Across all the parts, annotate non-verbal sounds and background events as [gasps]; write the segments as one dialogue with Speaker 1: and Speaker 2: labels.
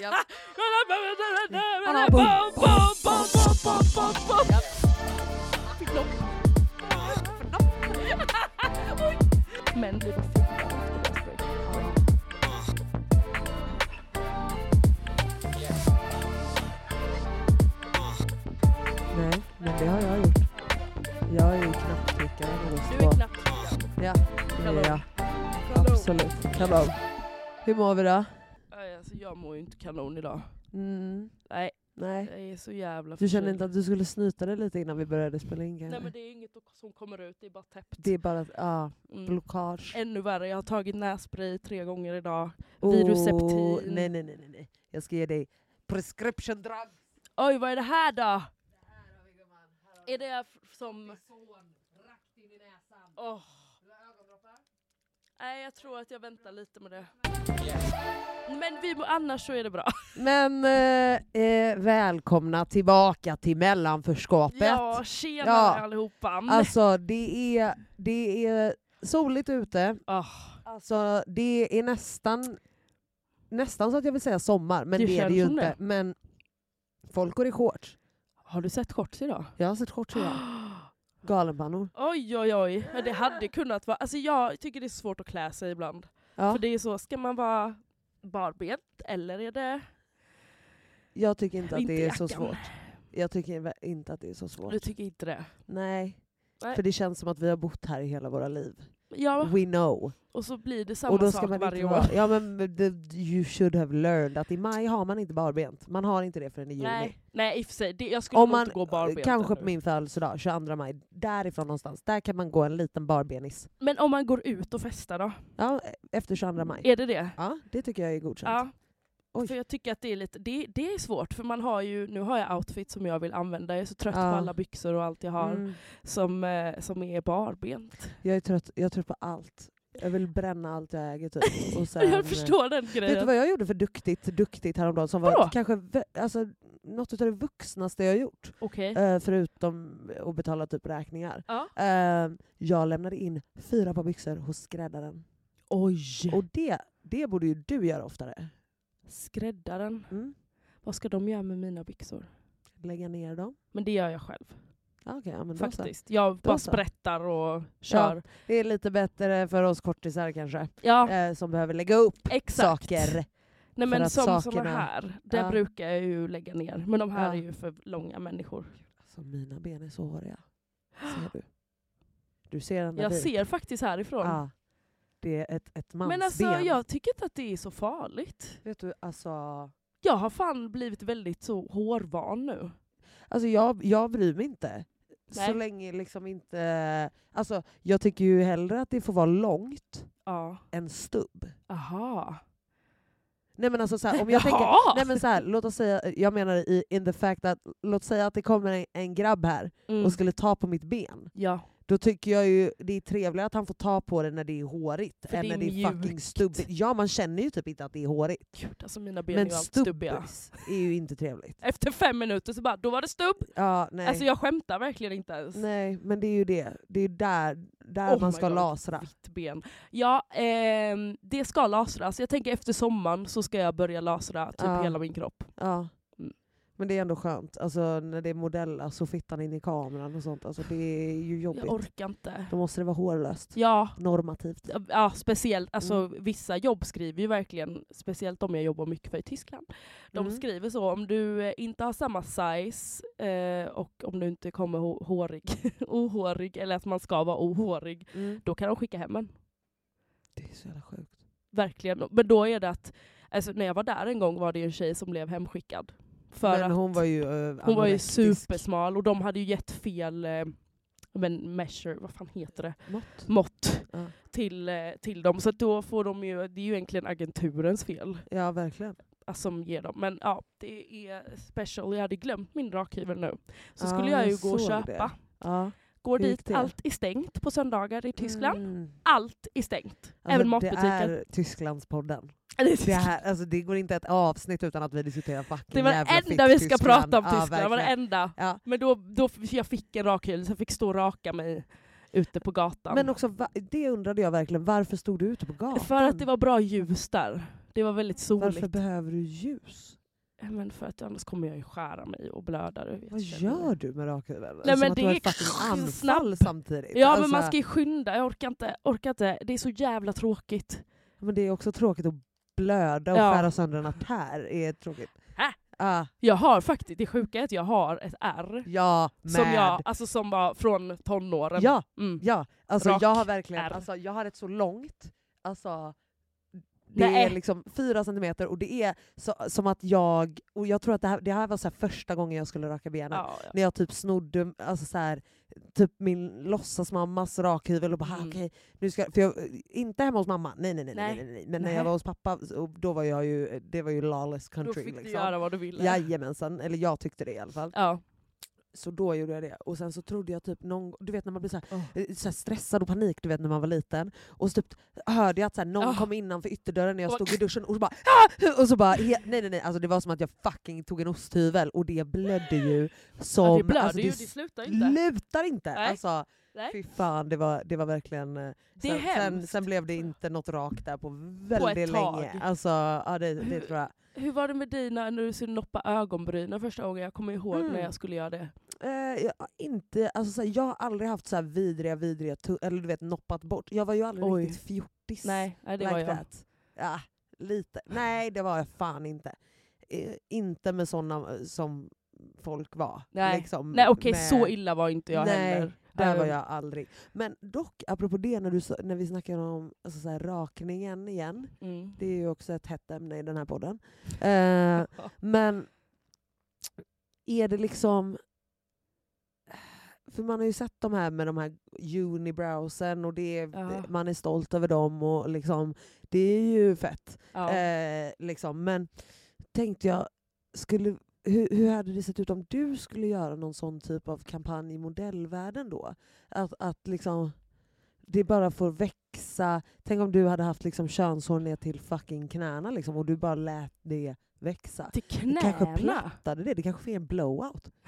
Speaker 1: Japp.
Speaker 2: Anna, boom, boom, boom, boom, boom, boom, boom.
Speaker 1: Japp.
Speaker 2: Förlopp. Förlopp. Oj.
Speaker 1: Men blir de
Speaker 2: Nej, men det har jag gjort. Jag är ju knapptryckare när det
Speaker 1: Du är
Speaker 2: står.
Speaker 1: knappt
Speaker 2: Ja, det
Speaker 1: Kanon.
Speaker 2: är jag. Absolut. Kanon. Hur mår vi då?
Speaker 1: Nej, Alltså, jag mår ju inte kanon idag.
Speaker 2: Mm.
Speaker 1: Nej.
Speaker 2: Nej.
Speaker 1: Jag är så jävla
Speaker 2: Du kände
Speaker 1: förkyld.
Speaker 2: inte att du skulle snyta dig lite innan vi började spela in kanske?
Speaker 1: Nej men det är inget som kommer ut, det är bara täppt.
Speaker 2: Det är bara ah,
Speaker 1: Mm.
Speaker 2: blockage.
Speaker 1: Ännu värre, jag har tagit nässpray tre gånger idag.
Speaker 2: Oh,
Speaker 1: Viruseptin.
Speaker 2: Nej, nej, nej, nej, nej. Jag ska ge dig prescription drug.
Speaker 1: Oj, vad är det här då? Är det f- som... Åh. Nej, jag tror att jag väntar lite med det. Men vi, må- annars så är det bra.
Speaker 2: Men eh, eh, välkomna tillbaka till mellanförskapet.
Speaker 1: Ja, tjena
Speaker 2: Ja.
Speaker 1: allihopa.
Speaker 2: [laughs] Alltså det är, det är soligt ute.
Speaker 1: Åh,
Speaker 2: Alltså det är nästan, nästan så att jag vill säga sommar, men
Speaker 1: Det
Speaker 2: det, är det
Speaker 1: känns
Speaker 2: ju
Speaker 1: som
Speaker 2: inte.
Speaker 1: det.
Speaker 2: Men folk går i shorts.
Speaker 1: Har du sett shorts idag?
Speaker 2: Jag har sett shorts
Speaker 1: [gasps]
Speaker 2: idag. Galenpannor.
Speaker 1: Oj oj oj, men det hade kunnat vara... Alltså jag tycker det är svårt att klä sig ibland.
Speaker 2: Ja,
Speaker 1: För det är så, ska man vara barbent eller är det...
Speaker 2: jag tycker inte att det är så
Speaker 1: vinterjackan?
Speaker 2: svårt. Jag tycker inte att det är så svårt.
Speaker 1: Du tycker inte det?
Speaker 2: Nej.
Speaker 1: Nej.
Speaker 2: För det känns som att vi har bott här i hela våra liv.
Speaker 1: Ja,
Speaker 2: We know.
Speaker 1: och så blir det samma
Speaker 2: Och då ska
Speaker 1: sak
Speaker 2: man
Speaker 1: varje
Speaker 2: inte
Speaker 1: år.
Speaker 2: vara, ja, men the, you should have learned att i maj har man inte barbent. Man har inte det förrän i juni.
Speaker 1: [laughs] Nej, nej i och för sig, det, jag skulle
Speaker 2: Om
Speaker 1: nog
Speaker 2: man,
Speaker 1: inte gå barbent
Speaker 2: kanske på
Speaker 1: ännu.
Speaker 2: min födelsedag, 22 maj, därifrån någonstans, där kan man gå en liten barbenis.
Speaker 1: Men om man går ut och festar då?
Speaker 2: Ja, efter 22 maj.
Speaker 1: Är det det?
Speaker 2: Ja, det tycker jag är godkänt.
Speaker 1: Ja.
Speaker 2: Oj.
Speaker 1: För jag tycker att det är lite, det, det är svårt för man har ju, nu har jag outfit som jag vill använda, jag är så trött
Speaker 2: Ja.
Speaker 1: på alla byxor och allt jag har
Speaker 2: Mm.
Speaker 1: som, eh, som är barbent.
Speaker 2: Jag, är trött, jag är trött på allt. Jag vill bränna allt jag äger
Speaker 1: [laughs]
Speaker 2: typ. Och sen,
Speaker 1: jag förstår den
Speaker 2: Vet du
Speaker 1: grejen.
Speaker 2: vad jag gjorde för duktigt, duktigt häromdagen som
Speaker 1: Vadå?
Speaker 2: var kanske vä- alltså, något av det vuxnaste jag gjort?
Speaker 1: Okej.
Speaker 2: Eh, förutom att betala typ räkningar.
Speaker 1: Ja.
Speaker 2: Eh, jag lämnade in fyra par byxor hos skräddaren.
Speaker 1: Oj!
Speaker 2: Och det, det borde ju du göra oftare.
Speaker 1: Skräddaren,
Speaker 2: Mm.
Speaker 1: vad ska de göra med mina byxor?
Speaker 2: Lägga ner dem.
Speaker 1: Men det gör jag själv
Speaker 2: Ah, okej, ja, men då så.
Speaker 1: faktiskt. Jag bara
Speaker 2: så.
Speaker 1: sprättar och kör.
Speaker 2: Det är lite bättre för oss kortisar kanske,
Speaker 1: Ja,
Speaker 2: eh, som behöver lägga upp
Speaker 1: exakt.
Speaker 2: saker.
Speaker 1: Nej
Speaker 2: För
Speaker 1: men
Speaker 2: att
Speaker 1: som såna
Speaker 2: sakerna-
Speaker 1: här, det
Speaker 2: Ja.
Speaker 1: brukar jag ju lägga ner. Men de här
Speaker 2: Ja.
Speaker 1: är ju för långa människor.
Speaker 2: Så Alltså, mina ben är så håriga. Ser du? Du ser den där
Speaker 1: Jag
Speaker 2: bilen?
Speaker 1: ser faktiskt härifrån.
Speaker 2: Ja. Det är ett, ett mansben.
Speaker 1: men alltså jag tycker inte att det är så farligt.
Speaker 2: Vet du, alltså...
Speaker 1: Jag har fan blivit väldigt så hårvan nu.
Speaker 2: Alltså jag, jag bryr mig inte. Så
Speaker 1: Nej.
Speaker 2: länge liksom inte... Alltså jag tycker ju hellre att det får vara långt
Speaker 1: Ja.
Speaker 2: än stubb.
Speaker 1: Aha.
Speaker 2: Nej men alltså så här, om jag tänker...
Speaker 1: Jaha!
Speaker 2: Nej men så här, låt oss säga, jag menar i in the fact att, låt säga att det kommer en, en grabb här
Speaker 1: Mm.
Speaker 2: och skulle ta på mitt ben.
Speaker 1: Ja,
Speaker 2: Då tycker jag ju det är trevligare att han får ta på det när det är hårigt
Speaker 1: För
Speaker 2: än
Speaker 1: det är
Speaker 2: när det är fucking
Speaker 1: mjukt.
Speaker 2: stubbigt. Ja man känner ju typ inte att det är hårigt.
Speaker 1: gud alltså mina ben är
Speaker 2: Men
Speaker 1: ju allt
Speaker 2: stubb
Speaker 1: stubbiga.
Speaker 2: är ju inte trevligt.
Speaker 1: Efter fem minuter så bara, då var det stubb.
Speaker 2: Ja, nej.
Speaker 1: Alltså jag skämtar verkligen inte ens.
Speaker 2: nej men det är ju det. Det är ju där, där
Speaker 1: Oh
Speaker 2: man
Speaker 1: my
Speaker 2: ska
Speaker 1: God.
Speaker 2: lasra.
Speaker 1: Vitt ben. Ja, ehm, det ska lasras. Jag tänker efter sommaren så ska jag börja lasra typ
Speaker 2: Ja.
Speaker 1: hela min kropp.
Speaker 2: Ja.
Speaker 1: Mm.
Speaker 2: Men det är ändå skönt, alltså, när det är modeller så fittan in i kameran och sånt. Alltså, det är ju jobbigt.
Speaker 1: Jag orkar inte.
Speaker 2: Då måste det vara hårlöst.
Speaker 1: Ja,
Speaker 2: Normativt.
Speaker 1: ja speciellt. Alltså
Speaker 2: Mm.
Speaker 1: vissa jobb skriver ju verkligen, speciellt om jag jobbar mycket för i Tyskland. De
Speaker 2: Mm.
Speaker 1: skriver så, om du eh, inte har samma size eh, och om du inte kommer hå- hårig, [laughs] ohårig, eller att man ska vara ohårig,
Speaker 2: Mm.
Speaker 1: då kan de skicka hem en.
Speaker 2: Det är så jävla sjukt.
Speaker 1: Verkligen. Men då är det att, alltså, när jag var där en gång var det ju en tjej som blev hemskickad. För
Speaker 2: men
Speaker 1: att
Speaker 2: hon var ju eh,
Speaker 1: hon var ju
Speaker 2: anorektisk.
Speaker 1: supersmal och de hade ju gett fel eh, men measure, vad fan heter det,
Speaker 2: Mått.
Speaker 1: mått
Speaker 2: Ja.
Speaker 1: till, eh, till dem. Så att då får de ju, det är ju egentligen agenturens fel
Speaker 2: Ja verkligen.
Speaker 1: alltså, som ger dem. Men ja, det är special. Jag hade glömt min rakhyvel nu. Så
Speaker 2: Ja,
Speaker 1: skulle jag
Speaker 2: jag
Speaker 1: ju gå och
Speaker 2: såg
Speaker 1: köpa.
Speaker 2: det. Ja.
Speaker 1: Går
Speaker 2: Hur gick
Speaker 1: dit,
Speaker 2: det?
Speaker 1: allt är stängt på söndagar i Tyskland.
Speaker 2: Mm.
Speaker 1: Allt är stängt.
Speaker 2: Ja, men
Speaker 1: Även
Speaker 2: det
Speaker 1: matbutiken. [laughs]
Speaker 2: är Tysklandspodden.
Speaker 1: Det är
Speaker 2: Det, här, alltså, det går inte ett avsnitt utan att vi diskuterar fucking
Speaker 1: Det var det
Speaker 2: jävla
Speaker 1: enda vi ska
Speaker 2: fitt-Tyskland.
Speaker 1: prata om
Speaker 2: Ja,
Speaker 1: Tyskland. det var det
Speaker 2: verkligen.
Speaker 1: enda.
Speaker 2: Ja.
Speaker 1: Men då, då jag fick en rakhyvel så jag fick stå och raka mig ute på gatan.
Speaker 2: Men också, va- det undrade jag verkligen, varför stod du ute på gatan?
Speaker 1: för att det var bra ljus där. Det var väldigt soligt.
Speaker 2: Varför behöver du ljus?
Speaker 1: Men för att annars kommer jag ju skära mig och blöda. Du vet,
Speaker 2: Vad
Speaker 1: känner jag.
Speaker 2: gör du med rakhyveln?
Speaker 1: Nej, men
Speaker 2: att
Speaker 1: det
Speaker 2: du har
Speaker 1: är
Speaker 2: ett fucking anfall
Speaker 1: snabb.
Speaker 2: samtidigt.
Speaker 1: Ja men
Speaker 2: Alltså,
Speaker 1: man ska ju skynda, jag orkar inte, orkar inte. Det är så jävla tråkigt.
Speaker 2: men det är också tråkigt att blöda och
Speaker 1: Ja.
Speaker 2: skära sönder en artär. är tråkigt.
Speaker 1: Äh.
Speaker 2: Ah,
Speaker 1: Jag har faktiskt, det sjuka är att jag har ett R.
Speaker 2: ja, med.
Speaker 1: Som jag, alltså som var från tonåren.
Speaker 2: ja,
Speaker 1: Mm.
Speaker 2: ja. Alltså,
Speaker 1: Rak
Speaker 2: jag har verkligen,
Speaker 1: är.
Speaker 2: alltså, jag har ett så långt, alltså, det
Speaker 1: Nej.
Speaker 2: är liksom fyra centimeter och det är så, som att jag, och jag tror att det här, det här var så här första gången jag skulle raka benen.
Speaker 1: Ja, ja.
Speaker 2: När jag typ snodde alltså så här, typ min låtsasmammas rakhyvel och bara
Speaker 1: Mm.
Speaker 2: mm. okej, nu ska för jag, inte hemma hos mamma, nej nej nej, nej,
Speaker 1: Nej.
Speaker 2: nej, nej. men
Speaker 1: Nej.
Speaker 2: när jag var hos pappa, och då var jag ju, det var ju lawless
Speaker 1: Då
Speaker 2: country.
Speaker 1: fick du
Speaker 2: liksom.
Speaker 1: göra vad du ville.
Speaker 2: Jajamensan, eller jag tyckte det i alla fall.
Speaker 1: Ja.
Speaker 2: Så då gjorde jag det. Och sen så trodde jag typ någon du vet när man blir så här,
Speaker 1: Åh.
Speaker 2: eh, så här stressad och panik du vet när man var liten. Och så typ hörde jag att så här, någon
Speaker 1: Ah.
Speaker 2: kom innanför ytterdörren när jag
Speaker 1: Och- [laughs]
Speaker 2: stod i duschen och så bara ah! Och så bara he- nej nej nej, alltså det var som att jag fucking tog en osthyvel och det blödde ju som...
Speaker 1: ja det blöder
Speaker 2: alltså,
Speaker 1: ju, det
Speaker 2: s-
Speaker 1: slutar ju inte.
Speaker 2: lutar inte.
Speaker 1: Nej.
Speaker 2: Alltså,
Speaker 1: Nej.
Speaker 2: fy fan, det var, det var verkligen... eh,
Speaker 1: Det är
Speaker 2: sen, sen,
Speaker 1: hemskt.
Speaker 2: sen blev det inte något rakt där på väldigt
Speaker 1: tag.
Speaker 2: länge. Alltså, ja, det, det
Speaker 1: Hur-
Speaker 2: tror jag.
Speaker 1: Hur var det med dina när du skulle noppa ögonbrynen första gången? Jag kommer ihåg
Speaker 2: Mm.
Speaker 1: när jag skulle göra det.
Speaker 2: Eh, jag, har inte, alltså, såhär, jag har aldrig haft så här vidriga, vidriga, tu- eller du vet noppat bort. Jag var ju aldrig
Speaker 1: Oj.
Speaker 2: riktigt fjortis.
Speaker 1: Nej, nej det
Speaker 2: like
Speaker 1: var jag.
Speaker 2: that. Ja, lite. Nej, det var jag fan inte. Eh, inte med såna eh, som folk var.
Speaker 1: Nej.
Speaker 2: liksom,
Speaker 1: Nej okej,
Speaker 2: med-
Speaker 1: så illa var inte jag
Speaker 2: Nej,
Speaker 1: heller.
Speaker 2: Där
Speaker 1: Eh,
Speaker 2: var jag aldrig. Men dock, apropå det, när, du, sa- när vi snackade om alltså, så här, rakningen igen.
Speaker 1: Mm.
Speaker 2: Det är ju också ett hett ämne i den här podden. Eh, men är det liksom... För man har ju sett de här med de här unibrowsen och det, är-
Speaker 1: Ja.
Speaker 2: man är stolt över dem och liksom, det är ju fett.
Speaker 1: Ja.
Speaker 2: Eh, liksom. Men tänkte jag, skulle, hur, hur hade det sett ut om du skulle göra någon sån typ av kampanj i modellvärlden då? Att, att liksom, det bara får växa. Tänk om du hade haft liksom könshår ner till fucking knäna liksom, och du bara lät det växa.
Speaker 1: Till
Speaker 2: kanske
Speaker 1: knäna?
Speaker 2: Fattade det? Det kanske är en
Speaker 1: [laughs]
Speaker 2: blowout. [laughs]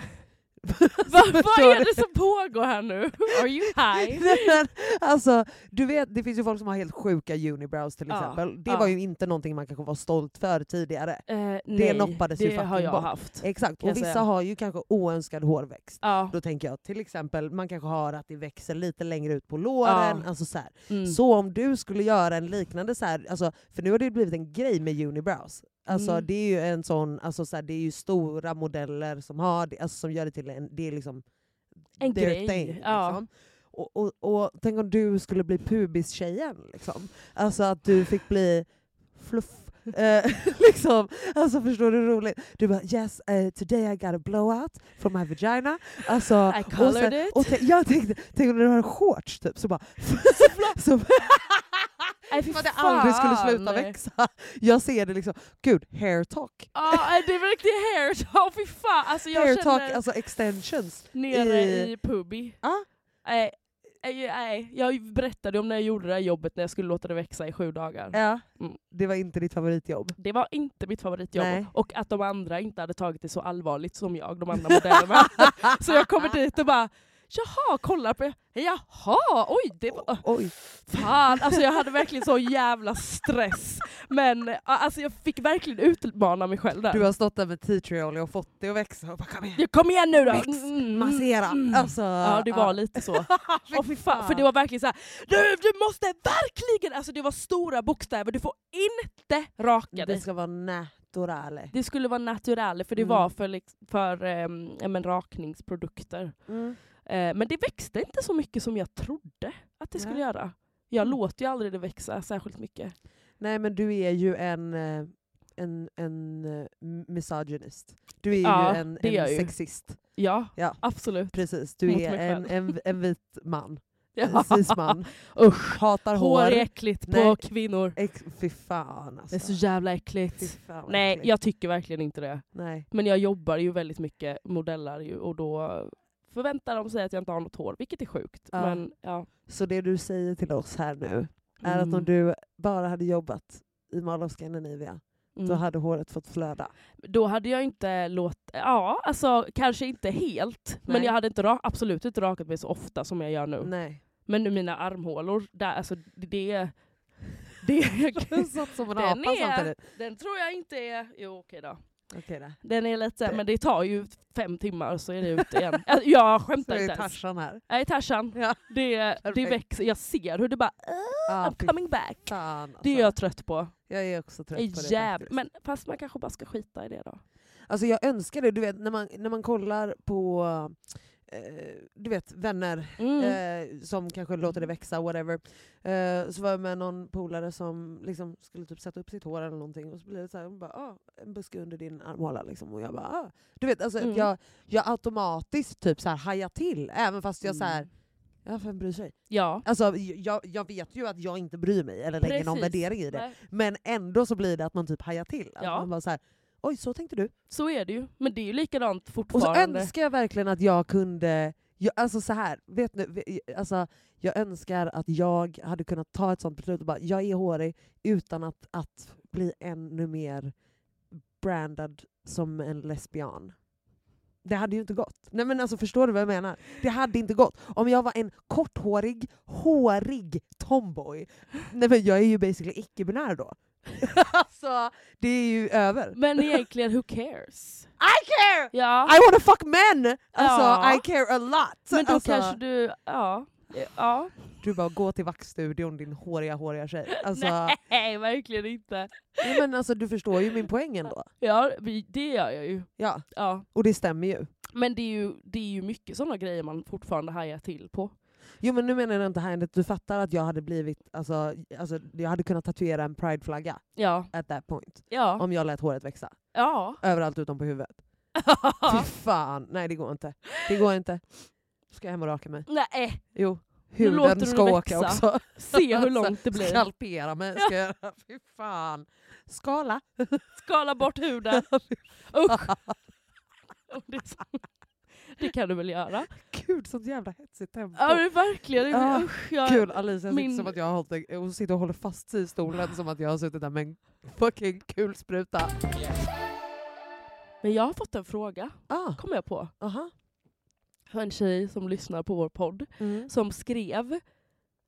Speaker 1: Vad vad
Speaker 2: Förstår
Speaker 1: är det som pågår
Speaker 2: [laughs]
Speaker 1: här nu? Are you high?
Speaker 2: Nej, men, alltså, du vet, det finns ju folk som har helt sjuka unibrows till
Speaker 1: Ja,
Speaker 2: exempel. Det
Speaker 1: ja.
Speaker 2: var ju inte någonting man kanske var stolt för tidigare.
Speaker 1: Eh, nej,
Speaker 2: noppades ju
Speaker 1: det har
Speaker 2: fucking
Speaker 1: jag
Speaker 2: bort. Eh,
Speaker 1: haft.
Speaker 2: Exakt,
Speaker 1: Kan jag
Speaker 2: och vissa
Speaker 1: säga.
Speaker 2: har ju kanske oönskad hårväxt.
Speaker 1: Ja.
Speaker 2: Då tänker jag till exempel, man kanske har att det växer lite längre ut på låren.
Speaker 1: Ja.
Speaker 2: Alltså så, här.
Speaker 1: Mm.
Speaker 2: så om du skulle göra en liknande, så här, alltså, för nu har det ju blivit en grej med unibrows. Alltså,
Speaker 1: Mm.
Speaker 2: det är ju en sån, alltså, så här, det är ju stora modeller som har det, alltså, som gör det till en, det är liksom
Speaker 1: En
Speaker 2: their
Speaker 1: grej,
Speaker 2: thing.
Speaker 1: ja.
Speaker 2: Liksom. Och, och, och tänk om du skulle bli pubistjejen. Liksom. Alltså att du fick bli fluff. Eh, [laughs] liksom, alltså förstår du hur roligt? Du bara yes, eh, today I got a blowout from my vagina. Alltså,
Speaker 1: [laughs] I
Speaker 2: och sen-
Speaker 1: colored it.
Speaker 2: Och tänk, jag tänkte, tänk om du har en shorts typ, så bara... [laughs] som
Speaker 1: Nej fy
Speaker 2: att det aldrig skulle
Speaker 1: fan.
Speaker 2: sluta växa. Jag ser det liksom, gud, hair talk.
Speaker 1: Ja, nej, det är riktigt hair [laughs] talk. Fy fan. Alltså jag
Speaker 2: hair
Speaker 1: känner
Speaker 2: talk, alltså extensions.
Speaker 1: nere
Speaker 2: i-
Speaker 1: i, pubi.
Speaker 2: Ja.
Speaker 1: Nej, nej, nej. Jag berättade om när jag gjorde det här jobbet när jag skulle låta det växa i sju dagar.
Speaker 2: Ja.
Speaker 1: Mm.
Speaker 2: Det var inte ditt favoritjobb.
Speaker 1: Det var inte mitt favoritjobb.
Speaker 2: Nej.
Speaker 1: Och att de andra inte hade tagit det så allvarligt som jag, de andra modellerna.
Speaker 2: [laughs]
Speaker 1: så jag kommer dit och bara Jaha, kolla på Jaha, oj, det var...
Speaker 2: Oj.
Speaker 1: Fan, alltså jag hade verkligen så jävla stress. Men eh, alltså jag fick verkligen utmana mig själv där.
Speaker 2: Du har stått där med tea tree oil och fått det att växa och bara kom igen,
Speaker 1: Ja, Kom igen nu då!
Speaker 2: väx,
Speaker 1: Mm.
Speaker 2: massera. Alltså,
Speaker 1: Ja det var
Speaker 2: [laughs]
Speaker 1: lite så.
Speaker 2: Fy
Speaker 1: Åh fy fan. För
Speaker 2: fan.
Speaker 1: det var verkligen så här. Du, du måste verkligen, alltså det var stora bokstäver, du får inte raka
Speaker 2: Det
Speaker 1: dig.
Speaker 2: ska vara naturale.
Speaker 1: Det skulle vara naturale för det
Speaker 2: Mm.
Speaker 1: var för, liks- för ehm, ja, men, rakningsprodukter.
Speaker 2: Mm.
Speaker 1: Eh, men det växte inte så mycket som jag trodde att det skulle
Speaker 2: Nej.
Speaker 1: göra. Jag
Speaker 2: Mm.
Speaker 1: låter ju aldrig det växa särskilt mycket.
Speaker 2: Nej men du är ju en, eh, en, en eh, misogynist. Du är
Speaker 1: Ja,
Speaker 2: ju en,
Speaker 1: det är jag
Speaker 2: en
Speaker 1: ju.
Speaker 2: sexist.
Speaker 1: Ja,
Speaker 2: Ja.
Speaker 1: absolut.
Speaker 2: Precis, du
Speaker 1: Mot
Speaker 2: är
Speaker 1: mig
Speaker 2: en,
Speaker 1: själv.
Speaker 2: en, en vit man. En
Speaker 1: [laughs] Ja.
Speaker 2: cis-man.
Speaker 1: Usch.
Speaker 2: Hatar
Speaker 1: [laughs] Hår
Speaker 2: hår.
Speaker 1: är äckligt
Speaker 2: Nej.
Speaker 1: på kvinnor.
Speaker 2: Ex- fy fan alltså.
Speaker 1: Det är så jävla
Speaker 2: Fy
Speaker 1: äckligt.
Speaker 2: fan, vad
Speaker 1: Nej,
Speaker 2: äckligt.
Speaker 1: jag tycker verkligen inte det.
Speaker 2: Nej.
Speaker 1: Men jag jobbar ju väldigt mycket, modellar ju, och då förväntar de sig att jag inte har något hår, vilket är sjukt.
Speaker 2: Ja.
Speaker 1: Men ja.
Speaker 2: Så det du säger till oss här nu är att
Speaker 1: Mm.
Speaker 2: om du bara hade jobbat i Mall of Scandinavia, då
Speaker 1: Mm.
Speaker 2: hade håret fått flöda.
Speaker 1: Då hade jag inte låtit... Ja, alltså kanske inte helt. Men
Speaker 2: Nej.
Speaker 1: jag hade inte ra- absolut inte rakat mig så ofta som jag gör nu. [laughs]
Speaker 2: Nej.
Speaker 1: Men nu mina armhålor, där, alltså det...
Speaker 2: [laughs]
Speaker 1: det
Speaker 2: Den satt som en
Speaker 1: [laughs] den,
Speaker 2: apa
Speaker 1: är,
Speaker 2: samtidigt.
Speaker 1: den tror jag inte är... Jo okej då.
Speaker 2: Okej då.
Speaker 1: Den är lite, men det tar ju fem timmar så är det ute igen. Alltså, Jag
Speaker 2: Så
Speaker 1: skämtar
Speaker 2: är
Speaker 1: inte
Speaker 2: det
Speaker 1: ens.
Speaker 2: Tarzan här.
Speaker 1: Nej, Tarzan.
Speaker 2: Ja.
Speaker 1: Det, det
Speaker 2: Perfekt.
Speaker 1: växer, jag ser hur det bara
Speaker 2: Ah,
Speaker 1: I'm coming back.
Speaker 2: Fan, alltså.
Speaker 1: Det är jag trött på.
Speaker 2: jag är också trött på det.
Speaker 1: Jäv...
Speaker 2: faktiskt.
Speaker 1: Men fast man kanske bara ska skita i det då.
Speaker 2: Alltså jag önskar det, du vet när man, när man kollar på eh, du vet, vänner
Speaker 1: Mm.
Speaker 2: eh, som kanske låter det växa, whatever. Eh, så var jag med någon polare som liksom skulle typ sätta upp sitt hår eller någonting och så blev det så här, hon bara, ah, en buske under din armhåla. Liksom. Och jag bara, ah. Du vet, alltså,
Speaker 1: Mm.
Speaker 2: jag, jag automatiskt typ så här hajar till, även fast jag så
Speaker 1: Mm.
Speaker 2: här, ja, vem bryr sig?
Speaker 1: Ja.
Speaker 2: Alltså, j- jag, jag vet ju att jag inte bryr mig eller lägger någon
Speaker 1: Precis.
Speaker 2: värdering i det.
Speaker 1: Nej,
Speaker 2: Men ändå så blir det att man typ hajar till. Att
Speaker 1: Ja.
Speaker 2: man bara så här, Oj, så tänkte du.
Speaker 1: Så är det ju. Men det är ju likadant
Speaker 2: Och så
Speaker 1: fortfarande.
Speaker 2: önskar jag verkligen att jag kunde... Jag, alltså så här, vet ni, vi- alltså, jag önskar att jag hade kunnat ta ett sånt beslut och bara, jag är hårig utan att, att bli ännu mer brandad som en lesbian. Det hade ju inte gått. Nej men alltså förstår du vad jag menar? Det hade inte gått. Om jag var en korthårig, hårig tomboy, nej men jag är ju basically icke-binär då. [laughs] alltså, det är ju över.
Speaker 1: Men egentligen, who cares?
Speaker 2: I care! Alltså,
Speaker 1: Ja.
Speaker 2: I wanna fuck men! Alltså
Speaker 1: Ja.
Speaker 2: I care a lot!
Speaker 1: Men då
Speaker 2: alltså,
Speaker 1: kanske du... Ja. Eh, ja.
Speaker 2: Du bara gå till vaxstudion din håriga håriga [laughs] tjej. Alltså, nej.
Speaker 1: Nej, verkligen inte.
Speaker 2: men alltså, du förstår ju min poäng ändå.
Speaker 1: Ja, vi- det gör jag ju.
Speaker 2: Ja,
Speaker 1: Ja.
Speaker 2: och det stämmer ju.
Speaker 1: Men det är ju, det är ju mycket sådana grejer man fortfarande hajar till på.
Speaker 2: Jo men nu menar jag inte här att du fattar att jag hade blivit, alltså, alltså jag hade kunnat tatuera en prideflagga
Speaker 1: Ja.
Speaker 2: at that point.
Speaker 1: Ja.
Speaker 2: Om jag lät håret växa.
Speaker 1: Ja. [laughs]
Speaker 2: Överallt utom på huvudet. Fy fan, nej det går inte. Det går inte. Ska jag hem och raka mig.
Speaker 1: Nej,
Speaker 2: Jo,
Speaker 1: Nu låter
Speaker 2: huden
Speaker 1: du
Speaker 2: ska
Speaker 1: det
Speaker 2: åka
Speaker 1: växa.
Speaker 2: också. Alltså,
Speaker 1: se
Speaker 2: [laughs]
Speaker 1: hur långt det blir.
Speaker 2: Skalpera mig ska jag göra. Fy fan. Skala.
Speaker 1: Skala bort huden. [laughs] Usch. Det, är så- det kan du väl göra?
Speaker 2: [laughs] Gud, sånt jävla hetsigt tempo.
Speaker 1: Ja men verkligen.
Speaker 2: Ah,
Speaker 1: Usch, jag,
Speaker 2: Kul Alicia sitter
Speaker 1: min-
Speaker 2: som att jag har hållit, hon sitter och håller fast sig i stolen som att jag har suttit där med en fucking kulspruta.
Speaker 1: Men jag har fått en fråga,
Speaker 2: Ah,
Speaker 1: kommer jag på.
Speaker 2: aha.
Speaker 1: För en tjej som lyssnar på vår podd
Speaker 2: Mm.
Speaker 1: som skrev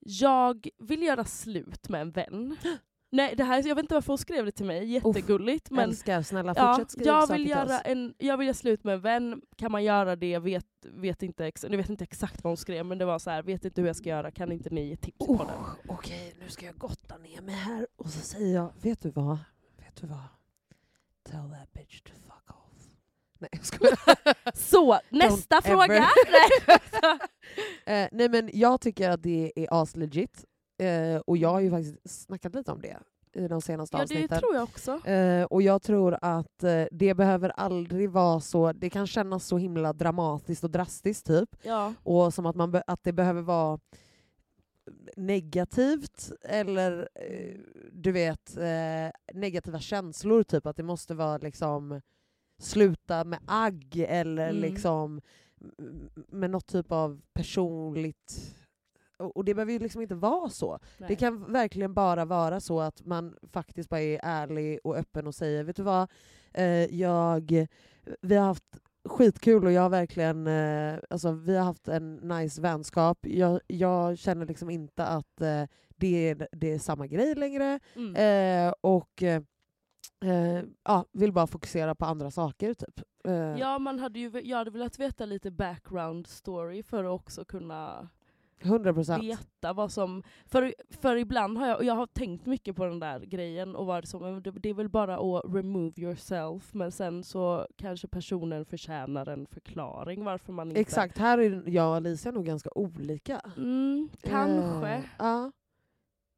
Speaker 1: Jag vill göra slut med en vän. [gasps] Nej, det här, jag vet inte varför hon skrev det till mig, jättegulligt. men
Speaker 2: Älskar, snälla
Speaker 1: ja,
Speaker 2: fortsätt skriva
Speaker 1: jag,
Speaker 2: saker
Speaker 1: vill
Speaker 2: till
Speaker 1: göra
Speaker 2: oss.
Speaker 1: en, jag vill göra slut med en vän, kan man göra det? Vet, vet, inte, ex, nu vet inte exakt vad hon skrev men det var så här, vet inte hur jag ska göra, kan inte ni ge tips på det?
Speaker 2: Oh, Okej, nu ska jag gotta ner mig här och så säger jag, vet du vad? Vet du vad? Tell that bitch to fuck off. Nej jag skojar.
Speaker 1: Så, nästa
Speaker 2: ever.
Speaker 1: [laughs] fråga!
Speaker 2: [laughs] Eh, nej men jag tycker att det är aslegit. Eh, och jag har ju faktiskt snackat lite om det i de senaste
Speaker 1: Ja det
Speaker 2: avsnitten.
Speaker 1: tror jag också.
Speaker 2: Eh, och jag tror att eh, det behöver aldrig vara så, det kan kännas så himla dramatiskt och drastiskt typ.
Speaker 1: Ja.
Speaker 2: Och som att, man be- att det behöver vara negativt eller eh, du vet eh, negativa känslor, typ att det måste vara liksom sluta med agg eller
Speaker 1: Mm.
Speaker 2: liksom m- med något typ av personligt och och det behöver ju liksom inte vara så. Det
Speaker 1: Nej.
Speaker 2: kan verkligen bara vara så att man faktiskt bara är ärlig och öppen och säger vet du vad, eh, jag, vi har haft skitkul och jag har verkligen, eh, alltså vi har haft en nice vänskap. Jag, jag känner liksom inte att eh, det, är, det är samma grej längre
Speaker 1: Mm.
Speaker 2: eh, och eh, eh, ja, vill bara fokusera på andra saker typ. Eh,
Speaker 1: Ja, man hade ju, jag hade velat veta lite background story för att också kunna
Speaker 2: 100 procent.
Speaker 1: veta vad som... För, för ibland har jag, och jag har tänkt mycket på den där grejen och varit så, men det, det är väl bara att remove yourself, men sen så kanske personen förtjänar en förklaring varför man inte...
Speaker 2: Exakt, här är jag och Alicia nog ganska olika.
Speaker 1: Mm, kanske.
Speaker 2: Eh, ja.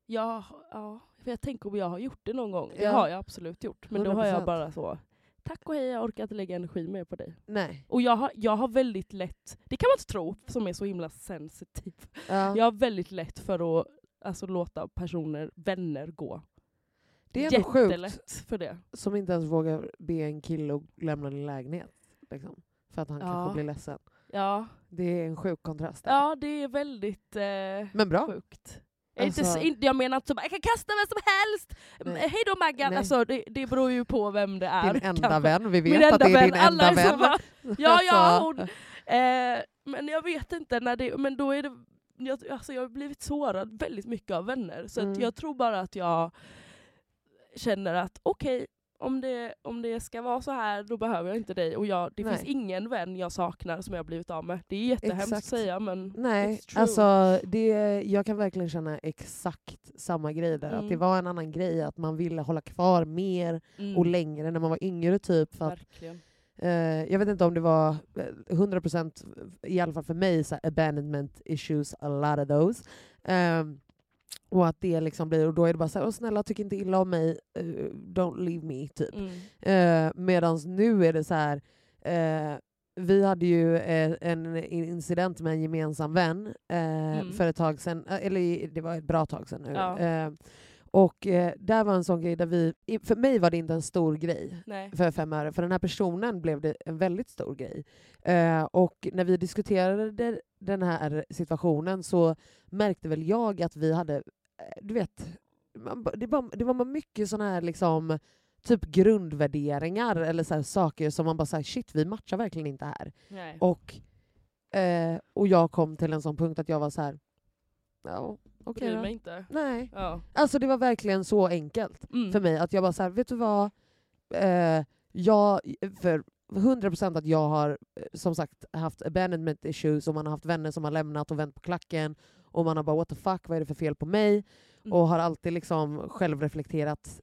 Speaker 1: Ja, ja, för jag tänker om jag har gjort det någon gång. Det
Speaker 2: Ja.
Speaker 1: har jag absolut gjort. Men då har
Speaker 2: 100%.
Speaker 1: jag bara så, tack och hej jag orkar inte lägga energi mer på dig.
Speaker 2: Nej.
Speaker 1: Och jag har, jag har väldigt lätt, det kan man inte tro som är så himla sensitiv,
Speaker 2: Ja.
Speaker 1: jag har väldigt lätt för att alltså, låta personer, vänner gå.
Speaker 2: Det är ändå sjukt.
Speaker 1: Jättelätt för det.
Speaker 2: som inte ens vågar be en kille att lämna din lägenhet. Liksom, för att han
Speaker 1: Ja.
Speaker 2: kanske blir ledsen.
Speaker 1: Ja,
Speaker 2: Det är en sjuk kontrast. där.
Speaker 1: ja det är väldigt eh,
Speaker 2: Men bra.
Speaker 1: sjukt. Jag, är inte,
Speaker 2: Alltså-
Speaker 1: s- inte- jag menar inte så bara, jag kan kasta vem som helst!
Speaker 2: Nej.
Speaker 1: Hej då Maggan!
Speaker 2: Nej.
Speaker 1: Alltså, det, det beror ju på vem det är.
Speaker 2: Din enda
Speaker 1: kanske.
Speaker 2: vän. Vi
Speaker 1: Min
Speaker 2: vet att det är din
Speaker 1: alla
Speaker 2: enda
Speaker 1: så
Speaker 2: vän. [laughs]
Speaker 1: bara, Ja, ja,
Speaker 2: Alltså,
Speaker 1: hon, eh, men jag vet inte, när det, men då är det, jag, alltså jag har blivit sårad väldigt mycket av vänner. Så att
Speaker 2: Mm.
Speaker 1: jag tror bara att jag känner att okej, om, det, om det ska vara så här då behöver jag inte dig. Och jag, det finns
Speaker 2: Nej.
Speaker 1: ingen vän jag saknar som jag har blivit av med. Det är jättehemskt
Speaker 2: Exakt. Mm.
Speaker 1: att säga men
Speaker 2: Nej,
Speaker 1: it's true.
Speaker 2: alltså, det, jag kan verkligen känna exakt samma grej där. Att det
Speaker 1: Mm.
Speaker 2: var en annan grej, att man ville hålla kvar mer
Speaker 1: Mm,
Speaker 2: och längre när man var yngre. typ. För att
Speaker 1: verkligen.
Speaker 2: Eh, jag vet inte om det var eh, 100% i alla fall för mig, så här, abandonment issues, a lot of those. Ehm, och att det liksom blir, och då är det bara såhär, snälla tyck inte illa om mig, eh, don't leave me, typ.
Speaker 1: Mm.
Speaker 2: Eh, Medan nu är det så här. Eh, vi hade ju eh, en incident med en gemensam vän eh,
Speaker 1: Mm.
Speaker 2: för ett tag sedan, eh, eller i- det var ett bra tag sedan nu.
Speaker 1: Ja.
Speaker 2: Eh, och eh, där var en sån grej där vi, i- för mig var det inte en stor grej
Speaker 1: Nej.
Speaker 2: för fem öre. För den här personen blev det en väldigt stor grej. Eh, och när vi diskuterade de- den här situationen så märkte väl jag att vi hade, eh, du vet, man, ba- det, var, det var mycket såna här liksom typ grundvärderingar eller så här saker som man bara säger shit vi matchar verkligen inte här.
Speaker 1: Nej.
Speaker 2: Och, eh, och jag kom till en sån punkt att jag var så här. ja okej
Speaker 1: Bryr mig
Speaker 2: då.
Speaker 1: inte.
Speaker 2: Nej.
Speaker 1: Ja.
Speaker 2: Alltså det var verkligen så enkelt
Speaker 1: Mm.
Speaker 2: för mig. Att jag bara så här, vet du vad? Eh, jag, för 100% att jag har eh, som sagt haft abandonment issues och man har haft vänner som har lämnat och vänt på klacken och man har bara what the fuck, vad är det för fel på mig?
Speaker 1: Mm.
Speaker 2: Och har alltid liksom självreflekterat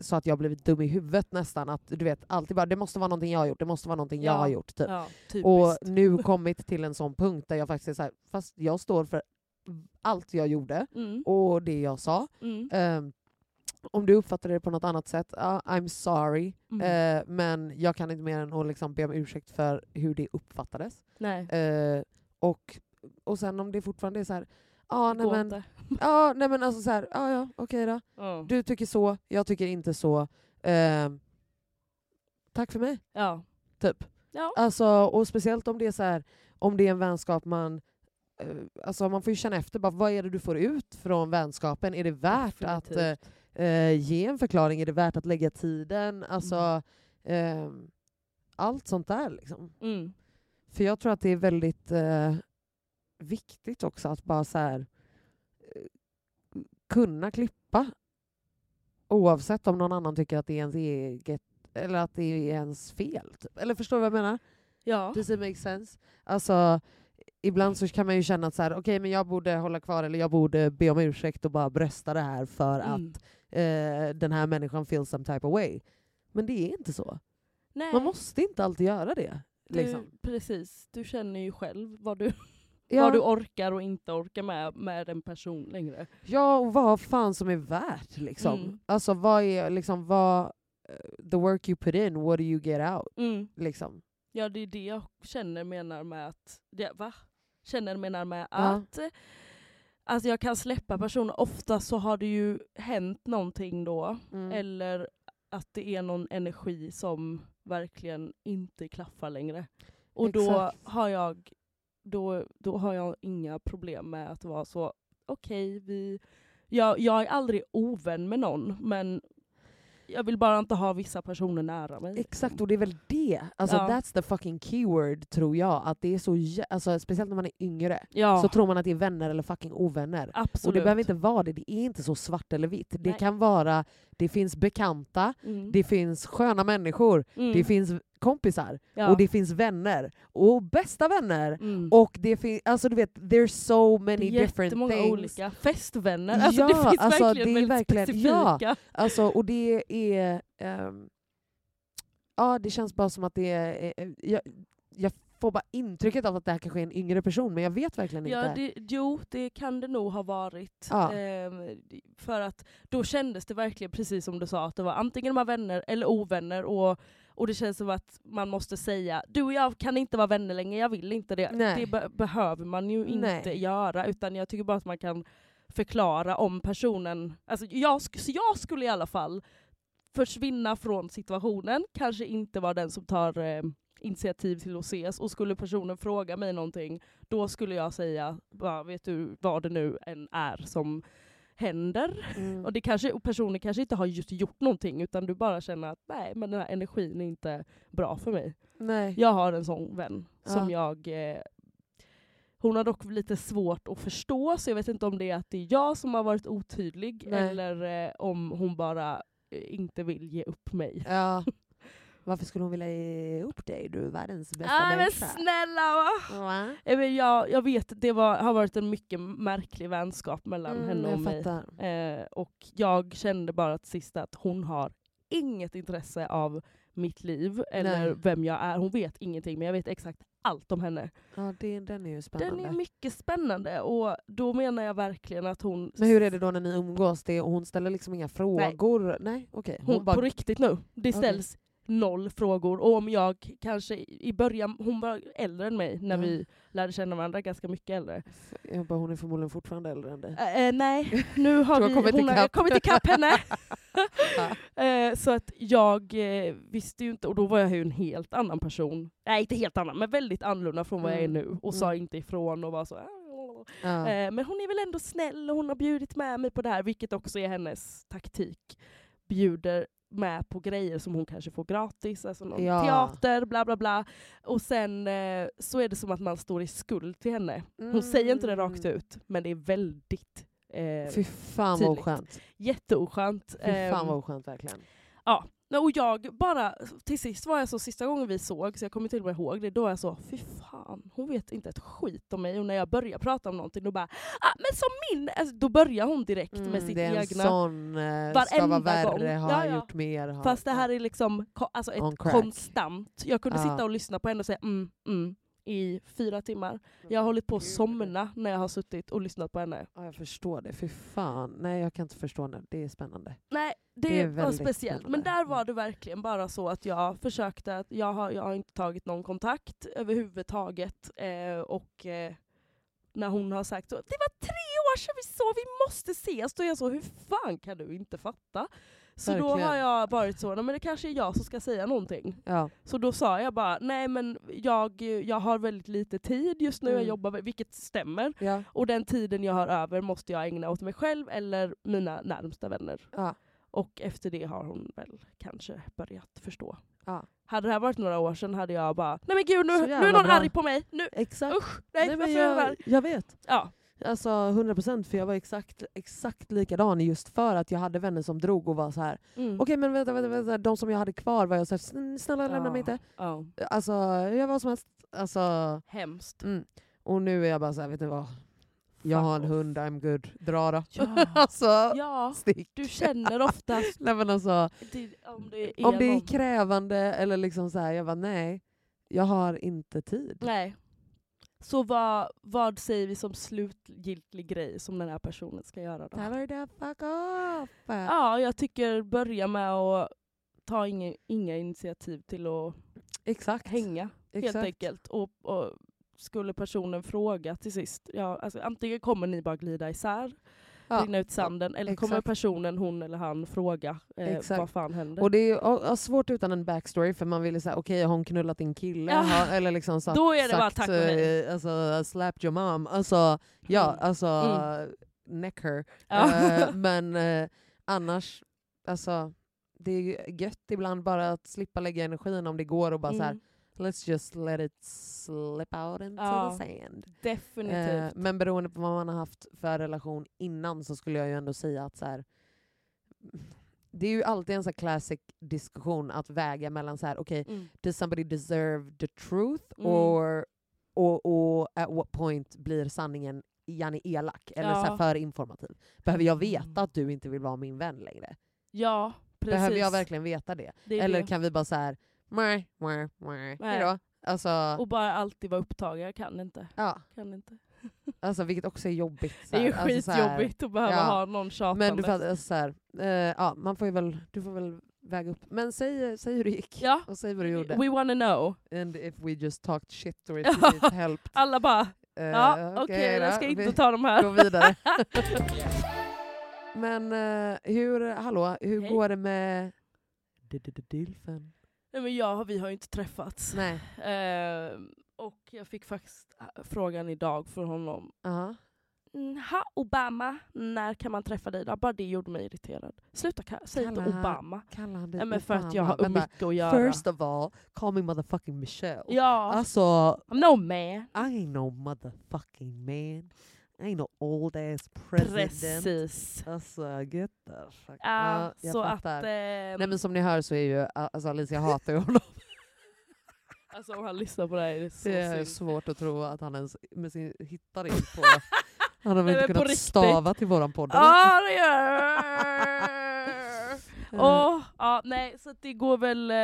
Speaker 2: så att jag har blivit dum i huvudet nästan. Att du vet, alltid bara det måste vara någonting jag har gjort, det måste vara någonting jag
Speaker 1: Ja.
Speaker 2: har gjort. Typ.
Speaker 1: ja, typiskt.
Speaker 2: Och nu kommit till en sån punkt där jag faktiskt är så här, fast jag står för allt jag gjorde
Speaker 1: mm.
Speaker 2: och det jag sa.
Speaker 1: Mm.
Speaker 2: Ehm, om du uppfattar det på något annat sätt, ja, I'm sorry.
Speaker 1: Mm.
Speaker 2: Eh, men jag kan inte mer än att liksom be om ursäkt för hur det uppfattades.
Speaker 1: Nej,
Speaker 2: Eh, och, och sen om det fortfarande är så här, ja
Speaker 1: det
Speaker 2: nej
Speaker 1: går
Speaker 2: men,
Speaker 1: inte.
Speaker 2: ja nej men alltså så här, ja ja okej då.
Speaker 1: Ja.
Speaker 2: Du tycker så, jag tycker inte så. Ehm, tack för mig,
Speaker 1: Ja.
Speaker 2: typ.
Speaker 1: Ja.
Speaker 2: Alltså, och speciellt om det är så här, om det är en vänskap man eh, Alltså man får ju känna efter, bara, vad är det du får ut från vänskapen? Är det värt att eh,
Speaker 1: Definitivt.
Speaker 2: eh, ge en förklaring? Är det värt att lägga tiden? Alltså, ehm, allt sånt där. Liksom.
Speaker 1: Mm.
Speaker 2: För jag tror att det är väldigt eh, viktigt också att bara så här, eh, kunna klippa oavsett om någon annan tycker att det är ens eget eller att det är ens fel. Typ. Eller förstår du vad jag menar?
Speaker 1: Ja.
Speaker 2: Does it make sense? Alltså, ibland så kan man ju känna att så här, okej, men jag borde hålla kvar eller jag borde be om ursäkt och bara brösta det här för att
Speaker 1: Mm.
Speaker 2: eh, den här människan feels some type of way. Men det är inte så.
Speaker 1: Nej.
Speaker 2: Man måste inte alltid göra det.
Speaker 1: Du,
Speaker 2: Liksom.
Speaker 1: Precis, du [laughs] känner ju själv vad du,
Speaker 2: Ja.
Speaker 1: Vad du orkar och inte orkar med med en person längre.
Speaker 2: Ja, och vad fan som är värt liksom.
Speaker 1: Mm.
Speaker 2: Alltså vad är liksom vad... eh, The work you put in, what do you get out?
Speaker 1: Mm.
Speaker 2: Liksom.
Speaker 1: Ja det är det jag känner menar med att, det, va? Känner menar med
Speaker 2: Ja.
Speaker 1: att, att jag kan släppa personer. Ofta så har det ju hänt någonting då.
Speaker 2: Mm.
Speaker 1: Eller att det är någon energi som verkligen inte klaffar längre. Och då
Speaker 2: Exakt.
Speaker 1: har, jag, då, då har jag inga problem med att vara så, okej, vi... Jag, jag är aldrig ovän med någon, men jag vill bara inte ha vissa personer nära mig.
Speaker 2: Exakt, och det är väl det. Alltså
Speaker 1: Ja.
Speaker 2: that's the fucking keyword tror jag. Att det är så jä- alltså, speciellt när man är yngre
Speaker 1: Ja,
Speaker 2: så tror man att det är vänner eller fucking ovänner.
Speaker 1: absolut.
Speaker 2: Och det behöver inte vara det, det är inte så svart eller vitt. Det
Speaker 1: Nej.
Speaker 2: kan vara, det finns bekanta,
Speaker 1: Mm.
Speaker 2: det finns sköna människor,
Speaker 1: Mm.
Speaker 2: det finns kompisar,
Speaker 1: ja.
Speaker 2: och det finns vänner, och bästa vänner.
Speaker 1: mm.
Speaker 2: Och det finns, alltså du vet, there's so
Speaker 1: det
Speaker 2: many
Speaker 1: är
Speaker 2: different
Speaker 1: jättemånga
Speaker 2: things.
Speaker 1: olika festvänner. Alltså
Speaker 2: Ja,
Speaker 1: det finns
Speaker 2: alltså,
Speaker 1: verkligen
Speaker 2: det är
Speaker 1: väldigt
Speaker 2: verkligen- ja.
Speaker 1: specifika.
Speaker 2: Alltså, och det är... ehm, ja, det känns bara som att det är... eh, jag, jag får bara intrycket av att det här kanske är en yngre person, men jag vet verkligen
Speaker 1: Ja,
Speaker 2: inte.
Speaker 1: det, jo, det kan det nog ha varit.
Speaker 2: Ja.
Speaker 1: Ehm, för att då kändes det verkligen precis som du sa, att det var antingen man vänner eller ovänner. Och, och det känns som att man måste säga, du och jag kan inte vara vänner längre, jag vill inte det.
Speaker 2: Nej.
Speaker 1: Det be- behöver man ju inte
Speaker 2: Nej.
Speaker 1: göra, utan jag tycker bara att man kan förklara om personen... Alltså jag, sk- så jag skulle i alla fall försvinna från situationen, kanske inte vara den som tar eh, initiativ till att ses och skulle personen fråga mig någonting då skulle jag säga, bara, vet du vad det nu än är som händer?
Speaker 2: Mm.
Speaker 1: Och, det kanske, och personen kanske inte har just gjort någonting utan du bara känner att nej men den här energin är inte bra för mig.
Speaker 2: Nej.
Speaker 1: Jag har en sån vän som jag... Eh, hon har dock lite svårt att förstå så jag vet inte om det är att det är jag som har varit otydlig
Speaker 2: Nej.
Speaker 1: eller eh, om hon bara eh, inte vill ge upp mig.
Speaker 2: Ja. [laughs] Varför skulle hon vilja ge upp dig? Du är världens bästa
Speaker 1: Ah, men
Speaker 2: människa.
Speaker 1: snälla va?
Speaker 2: Va?
Speaker 1: Eh, men Jag, jag vet, det var, har varit en mycket märklig vänskap mellan
Speaker 2: Mm,
Speaker 1: henne och
Speaker 2: jag
Speaker 1: mig.
Speaker 2: fattar.
Speaker 1: Eh, och jag kände bara till sist att hon har inget intresse av mitt liv eller
Speaker 2: Nej.
Speaker 1: vem jag är. Hon vet ingenting men jag vet exakt allt om henne.
Speaker 2: Ja, det, den är ju spännande.
Speaker 1: Den är mycket spännande och då menar jag verkligen att hon...
Speaker 2: men hur är det då när ni umgås? Det, och hon ställer liksom inga frågor? Nej, okej.
Speaker 1: Hon, på riktigt nu. Det
Speaker 2: Okej.
Speaker 1: ställs noll frågor. Och om jag kanske i i början, hon var äldre än mig när
Speaker 2: Ja.
Speaker 1: vi lärde känna varandra, ganska mycket äldre.
Speaker 2: jag bara, hon är förmodligen fortfarande äldre än dig.
Speaker 1: Eh, eh,
Speaker 2: [laughs]
Speaker 1: nej, nu har
Speaker 2: Du har
Speaker 1: vi,
Speaker 2: kommit
Speaker 1: hon har
Speaker 2: ikapp.
Speaker 1: kommit
Speaker 2: [laughs]
Speaker 1: ikapp henne. [laughs] eh, så att jag eh, visste ju inte, och då var jag ju en helt annan person. Nej inte helt annan, men väldigt annorlunda från vad jag är
Speaker 2: Mm.
Speaker 1: nu. Och sa
Speaker 2: Mm.
Speaker 1: inte ifrån och var så. "Ah,
Speaker 2: Ja.
Speaker 1: Eh, men hon är väl ändå snäll och hon har bjudit med mig på det här, vilket också är hennes taktik. Bjuder med på grejer som hon kanske får gratis, alltså någon
Speaker 2: Ja.
Speaker 1: teater, bla bla bla. Och sen eh, så är det som att man står i skuld till henne. Hon säger inte det rakt
Speaker 2: Mm.
Speaker 1: ut, men det är väldigt eh,
Speaker 2: Fy fan vad
Speaker 1: tydligt.
Speaker 2: oskönt.
Speaker 1: jätteoskönt.
Speaker 2: Fy fan
Speaker 1: Ehm,
Speaker 2: vad oskönt verkligen.
Speaker 1: Nej, Och jag bara, till sist var jag så, sista gången vi såg, så jag kommer till och med ihåg det, då var jag så, fy fan, hon vet inte ett skit om mig. Och när jag börjar prata om någonting, då bara, ah, men som min! Alltså, då börjar hon direkt med sitt
Speaker 2: Mm, det är en
Speaker 1: egna.
Speaker 2: sån, eh, ska vara
Speaker 1: Varenda gång.
Speaker 2: värre, har
Speaker 1: Ja, ja.
Speaker 2: gjort mer. Har,
Speaker 1: Fast det här är liksom ko- alltså
Speaker 2: On
Speaker 1: ett
Speaker 2: crack.
Speaker 1: konstant. Jag kunde
Speaker 2: Ja.
Speaker 1: sitta och lyssna på henne och säga mm, mm i fyra timmar. Jag har hållit på att somna när jag har suttit och lyssnat på henne.
Speaker 2: Ja, jag förstår det, fy fan. Nej jag kan inte förstå det, det är spännande.
Speaker 1: Nej, det,
Speaker 2: Det är
Speaker 1: var
Speaker 2: väldigt Mm.
Speaker 1: speciellt. Men
Speaker 2: spännande.
Speaker 1: där var det verkligen bara så att jag försökte, att jag har, jag har inte tagit någon kontakt överhuvudtaget. Eh, och eh, när hon har sagt så, det var tre år sedan vi såg, vi måste ses! Då är jag så, hur fan kan du inte fatta? Så då
Speaker 2: Verkligen.
Speaker 1: har jag varit så, "Nej, men det kanske är jag som ska säga någonting.
Speaker 2: Ja.
Speaker 1: Så då sa jag bara, nej men jag, jag har väldigt lite tid just nu, jag
Speaker 2: Mm.
Speaker 1: jobbar, väl- vilket stämmer.
Speaker 2: Ja.
Speaker 1: Och den tiden jag har över måste jag ägna åt mig själv eller mina närmsta vänner.
Speaker 2: Ja.
Speaker 1: Och efter det har hon väl kanske börjat förstå.
Speaker 2: Ja.
Speaker 1: Hade det här varit några år sedan hade jag bara, nej men gud nu,
Speaker 2: Så
Speaker 1: nu
Speaker 2: jävla
Speaker 1: är någon
Speaker 2: bra.
Speaker 1: arg på mig, nu,
Speaker 2: Exakt.
Speaker 1: usch, nej,
Speaker 2: Nej, men
Speaker 1: varför är jag arg?
Speaker 2: jag, jag vet.
Speaker 1: Ja,
Speaker 2: Alltså 100% för jag var exakt, exakt likadan just för att jag hade vänner som drog och var så här.
Speaker 1: mm.
Speaker 2: okej men vänta, vänta, vänta, de som jag hade kvar var jag såhär, snälla lämna mig
Speaker 1: Ja.
Speaker 2: inte.
Speaker 1: Ja.
Speaker 2: Alltså, jag var som helst. Alltså,
Speaker 1: Hemskt.
Speaker 2: Mm. Och nu är jag bara så här, vet ni vad? Jag
Speaker 1: Fuck
Speaker 2: har en
Speaker 1: off.
Speaker 2: hund, I'm good. Dra då.
Speaker 1: Ja.
Speaker 2: [laughs] alltså,
Speaker 1: ja,
Speaker 2: stick.
Speaker 1: du känner oftast
Speaker 2: Nej, men alltså,
Speaker 1: det, om det är
Speaker 2: om det är
Speaker 1: någon-
Speaker 2: krävande eller liksom så här, jag bara nej. Jag har inte tid.
Speaker 1: Nej. Så vad, vad säger vi som slutgiltig grej som den här personen ska göra då?
Speaker 2: Cover the fuck off!
Speaker 1: Ja, jag tycker börja med att ta inga, inga initiativ till att
Speaker 2: Exakt.
Speaker 1: hänga
Speaker 2: Exakt.
Speaker 1: helt enkelt. Och, och skulle personen fråga till sist, ja, alltså, antingen kommer ni bara glida isär,
Speaker 2: Ja.
Speaker 1: rinna ut i sanden, eller kommer
Speaker 2: Exakt.
Speaker 1: personen, hon eller han, fråga eh,
Speaker 2: Exakt.
Speaker 1: vad fan händer.
Speaker 2: Och det är ju, ja, ja, svårt utan en backstory för man vill ju säga okej har hon knullat din kille?
Speaker 1: Ja.
Speaker 2: Har- Eller liksom sagt,
Speaker 1: Då är det bara
Speaker 2: sagt,
Speaker 1: tack och nej.
Speaker 2: eh, Alltså slapped your mom. Alltså ja,
Speaker 1: Mm.
Speaker 2: alltså
Speaker 1: Mm.
Speaker 2: neck her.
Speaker 1: Ja. [laughs]
Speaker 2: Eh, men eh, annars, alltså det är ju gött ibland bara att slippa lägga energin om det går och bara
Speaker 1: [laughs]
Speaker 2: så här,
Speaker 1: Mm,
Speaker 2: let's just let it slip out into
Speaker 1: Ja.
Speaker 2: the sand. Eh,
Speaker 1: definitivt.
Speaker 2: men beroende på vad man har haft för relation innan så skulle jag ju ändå säga att så här, det är ju alltid en så här classic diskussion att väga mellan så här, okej,
Speaker 1: Mm.
Speaker 2: does somebody deserve the truth?
Speaker 1: Mm.
Speaker 2: Or, och, och at what point blir sanningen Janne elak eller så här
Speaker 1: Ja.
Speaker 2: för informativ? Behöver jag
Speaker 1: Mm.
Speaker 2: veta att du inte vill vara min vän längre?
Speaker 1: Ja, precis.
Speaker 2: Behöver jag verkligen veta det?
Speaker 1: Det är
Speaker 2: eller
Speaker 1: det.
Speaker 2: kan vi bara så här, meh, meh, meh,
Speaker 1: Nej.
Speaker 2: hejdå? Alltså,
Speaker 1: Och bara alltid vara upptagen, jag kan inte.
Speaker 2: ja,
Speaker 1: Kan inte.
Speaker 2: alltså, vilket också är jobbigt. så
Speaker 1: Det är ju
Speaker 2: här. Alltså, så här-
Speaker 1: skitjobbigt att behöva
Speaker 2: ja.
Speaker 1: ha någon tjatande.
Speaker 2: Men du fattar, alltså, så här, eh, ja, man får ju väl, du får väl väga upp. Men säg, eh, säg hur det gick.
Speaker 1: Ja.
Speaker 2: Och säg vad du gjorde.
Speaker 1: We wanna know.
Speaker 2: And if we just talked shit
Speaker 1: [laughs]
Speaker 2: or if it helped.
Speaker 1: Alla bara,
Speaker 2: Eh,
Speaker 1: ja okej, jag
Speaker 2: då,
Speaker 1: ska
Speaker 2: vi
Speaker 1: inte ta de här.
Speaker 2: går
Speaker 1: [laughs]
Speaker 2: vidare. Men eh, hur, hallå, hur
Speaker 1: Hej.
Speaker 2: går det med D- d- d- Dilfen?
Speaker 1: Nej men jag, vi har ju inte träffats.
Speaker 2: Nej.
Speaker 1: Ehm, och jag fick faktiskt eh, frågan idag från honom.
Speaker 2: Aha.
Speaker 1: Mm, Ha Obama, när kan man träffa dig? då? Bara det gjorde mig irriterad. Sluta ka- säg inte
Speaker 2: Kalla han
Speaker 1: Obama.
Speaker 2: Kallar han dig
Speaker 1: Nej men för att jag
Speaker 2: Obama?
Speaker 1: har
Speaker 2: Vänta,
Speaker 1: mycket att göra.
Speaker 2: First of all, call me motherfucking Michelle.
Speaker 1: ja,
Speaker 2: Alltså,
Speaker 1: I'm no man.
Speaker 2: I ain't no motherfucking man. I ain't no old ass president.
Speaker 1: Precis.
Speaker 2: Alltså get the fuck.
Speaker 1: Ja,
Speaker 2: jag
Speaker 1: så att...
Speaker 2: fattar.
Speaker 1: ehm,
Speaker 2: Nej men som ni hör så är ju alltså Alicia hatar ju honom.
Speaker 1: [laughs] Alltså om han lyssnar på det här är det så
Speaker 2: Det är
Speaker 1: synd.
Speaker 2: svårt att tro att han ens med sin, hittar in på... [laughs] Han har väl
Speaker 1: Nej,
Speaker 2: inte
Speaker 1: men på
Speaker 2: kunnat
Speaker 1: riktigt. Ah!
Speaker 2: stava till våran podd? eller?
Speaker 1: Ja det
Speaker 2: [laughs]
Speaker 1: gör Åh, ja, nej, så att det går väl eh,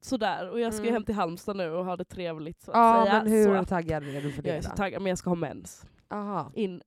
Speaker 1: sådär. Och jag ska ju
Speaker 2: Mm.
Speaker 1: hem till Halmstad nu och ha det trevligt så att
Speaker 2: Ja,
Speaker 1: säga.
Speaker 2: men hur
Speaker 1: så att
Speaker 2: taggad är du för det?
Speaker 1: jag är så
Speaker 2: då?
Speaker 1: taggad, men jag ska ha mens.
Speaker 2: Aha.
Speaker 1: In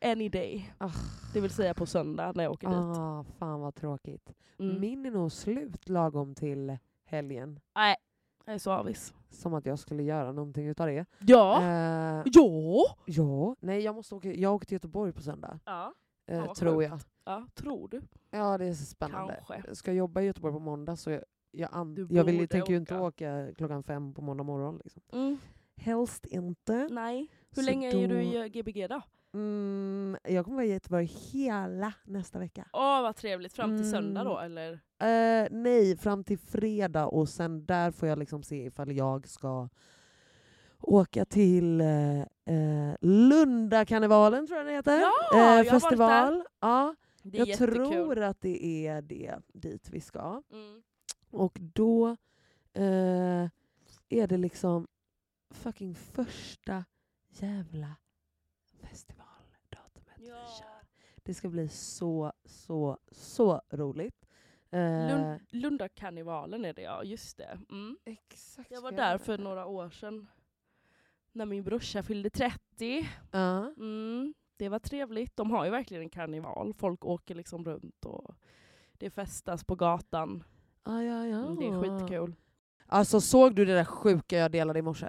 Speaker 1: eh, any day.
Speaker 2: Ah.
Speaker 1: Det vill säga på söndag när jag åker dit.
Speaker 2: Ah, fan vad tråkigt.
Speaker 1: Mm.
Speaker 2: Min är nog slut lagom till helgen.
Speaker 1: Nej, jag är så avis.
Speaker 2: Som att jag skulle göra någonting utav det.
Speaker 1: Ja!
Speaker 2: Eh,
Speaker 1: Ja!
Speaker 2: ja, nej jag måste åka, jag åker till Göteborg på söndag.
Speaker 1: Ja,
Speaker 2: eh,
Speaker 1: Fan, vad
Speaker 2: tror
Speaker 1: sjukt.
Speaker 2: jag.
Speaker 1: ja tror du?
Speaker 2: Ja det är så spännande.
Speaker 1: Kanske.
Speaker 2: Jag ska jobba i Göteborg på måndag så jag, jag, an-
Speaker 1: Du
Speaker 2: jag vill,
Speaker 1: borde
Speaker 2: tänker ju inte
Speaker 1: åka.
Speaker 2: åka klockan fem på måndag morgon. Liksom.
Speaker 1: Mm.
Speaker 2: Helst inte.
Speaker 1: Nej. Hur
Speaker 2: Så
Speaker 1: länge är
Speaker 2: då-
Speaker 1: du i eh, Gbg då?
Speaker 2: Mm, jag kommer vara i Göteborg hela nästa vecka.
Speaker 1: Åh vad trevligt, fram till söndag
Speaker 2: Mm.
Speaker 1: då eller?
Speaker 2: Eh, nej, fram till fredag och sen där får jag liksom se ifall jag ska åka till eh, eh, Lundakarnevalen tror jag den heter.
Speaker 1: Ja,
Speaker 2: Eh,
Speaker 1: jag har varit
Speaker 2: festival. Ja,
Speaker 1: Det är
Speaker 2: jag tror att det är det dit vi ska.
Speaker 1: Mm.
Speaker 2: Och då eh, är det liksom fucking första jävla festivaldatumet vi
Speaker 1: Ja.
Speaker 2: kör. Det ska bli så, så, så roligt. Eh,
Speaker 1: Lund, Lundakarnevalen är det ja, just det. Mm.
Speaker 2: Exakt.
Speaker 1: Jag
Speaker 2: ska
Speaker 1: var
Speaker 2: jag
Speaker 1: där
Speaker 2: göra
Speaker 1: för
Speaker 2: det?
Speaker 1: några år sedan. När min brorsa fyllde 30.
Speaker 2: Ja.
Speaker 1: Mm. Det var trevligt. De har ju verkligen en karneval. Folk åker liksom runt och det festas på gatan.
Speaker 2: Ja, ja, ja.
Speaker 1: Mm, Det är skitkul.
Speaker 2: Alltså såg du det där sjuka jag delade i morse?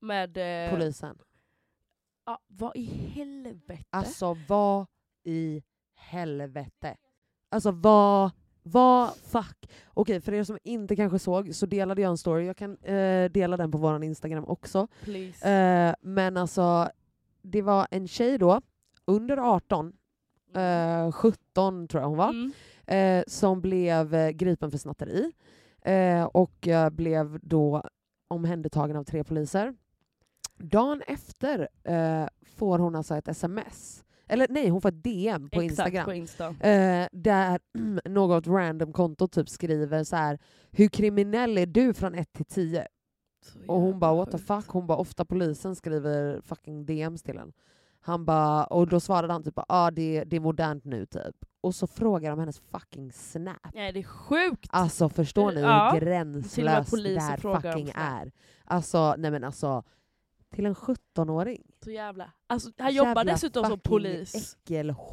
Speaker 1: Med... Eh,
Speaker 2: Polisen.
Speaker 1: ja, vad i helvete?
Speaker 2: Alltså vad i helvete? Alltså vad, vad fuck? Okej, för er som inte kanske såg så delade jag en story, jag kan eh, dela den på vår Instagram också.
Speaker 1: Please.
Speaker 2: Eh, men alltså, det var en tjej då, under 18, eh, 17 tror jag hon var,
Speaker 1: Mm.
Speaker 2: eh, som blev eh, gripen för snatteri eh, och eh, blev då omhändertagen av tre poliser. Dagen efter eh, får hon alltså ett sms, eller nej hon får ett DM på
Speaker 1: Exakt,
Speaker 2: Instagram.
Speaker 1: på Insta.
Speaker 2: Eh, där [clears throat] något random konto typ skriver så här hur kriminell är du från 1 till 10?
Speaker 1: Så
Speaker 2: Och hon
Speaker 1: jävla
Speaker 2: bara what the
Speaker 1: sjukt.
Speaker 2: fuck, hon bara ofta polisen skriver fucking DMs till en. Han bara, och då svarade han typ ja ah, det, det är modernt nu typ. Och så frågar de hennes fucking snap.
Speaker 1: Nej det är sjukt!
Speaker 2: Alltså förstår ni
Speaker 1: Ja.
Speaker 2: hur
Speaker 1: Till och med
Speaker 2: gränslöst det
Speaker 1: polisen
Speaker 2: här
Speaker 1: frågar om
Speaker 2: fucking
Speaker 1: snap.
Speaker 2: är? Alltså nej men alltså till en 17-åring.
Speaker 1: Så jävla... Alltså, han jobbar
Speaker 2: Jävla
Speaker 1: dessutom som
Speaker 2: fucking
Speaker 1: polis.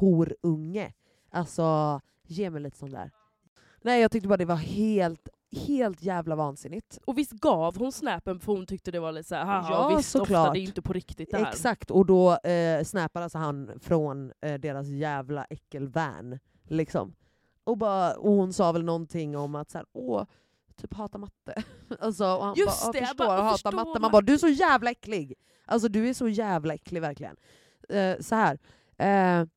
Speaker 2: Äckelhorunge. Alltså, ge mig lite sån där. Nej, jag tyckte bara det var helt, helt jävla vansinnigt.
Speaker 1: Och visst gav hon snappen för hon tyckte det var lite såhär, haha,
Speaker 2: Ja,
Speaker 1: visst ofta
Speaker 2: såklart.
Speaker 1: det är ju inte på riktigt det här.
Speaker 2: Exakt, och då eh, snappade alltså han från eh, deras jävla äckelvan. Liksom. Och, bara, och hon sa väl någonting om att så här, åh, typ hata matte. [laughs] alltså, och han
Speaker 1: Just
Speaker 2: bara,
Speaker 1: det,
Speaker 2: "Ja,
Speaker 1: jag
Speaker 2: förstår,
Speaker 1: bara, "Ja,
Speaker 2: hata
Speaker 1: förstår
Speaker 2: matte. Man
Speaker 1: matte."
Speaker 2: bara, du är så jävla äcklig. Alltså du är så jävla äcklig verkligen. Eh, så här. Eh,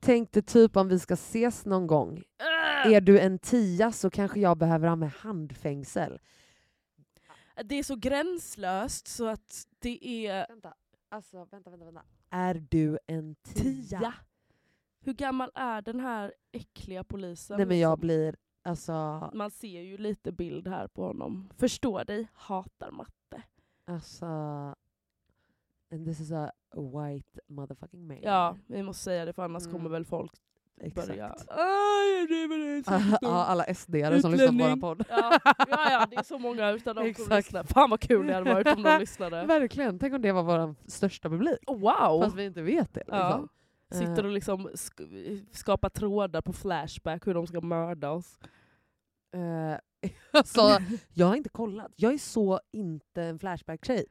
Speaker 2: tänkte typ om vi ska ses någon gång.
Speaker 1: Äh!
Speaker 2: Är du en tia så kanske jag behöver ha med handfängsel.
Speaker 1: Det är så gränslöst så att det är
Speaker 2: Vänta, alltså vänta, vänta, vänta. Är du en tia?
Speaker 1: tia. Hur gammal är den här äckliga polisen?
Speaker 2: Nej men
Speaker 1: liksom?
Speaker 2: jag blir, alltså,
Speaker 1: Man ser ju lite bild här på honom. Förstår dig, hatar matte.
Speaker 2: alltså. And this is a white motherfucking man.
Speaker 1: Ja, vi måste säga det för annars
Speaker 2: Mm.
Speaker 1: kommer väl folk
Speaker 2: exakt.
Speaker 1: börja... [laughs] Aj, det var det, så
Speaker 2: [laughs]
Speaker 1: [laughs]
Speaker 2: Ja,
Speaker 1: stort."
Speaker 2: alla SD-are som lyssnar på våra
Speaker 1: Utlänning.
Speaker 2: podd.
Speaker 1: ja, ja, ja, det är så många utav dem som
Speaker 2: Exakt.
Speaker 1: lyssnar. Fan vad kul det hade varit om [laughs] de
Speaker 2: [laughs]
Speaker 1: lyssnade.
Speaker 2: Verkligen, tänk om det var vår största publik.
Speaker 1: Oh, wow!
Speaker 2: Fast vi inte vet det.
Speaker 1: ja.
Speaker 2: Liksom.
Speaker 1: Sitter och liksom sk- skapar trådar på Flashback hur de ska mörda oss.
Speaker 2: Eh, [laughs]
Speaker 1: [laughs]
Speaker 2: alltså, jag har inte kollat. Jag är så inte en Flashback-tjej.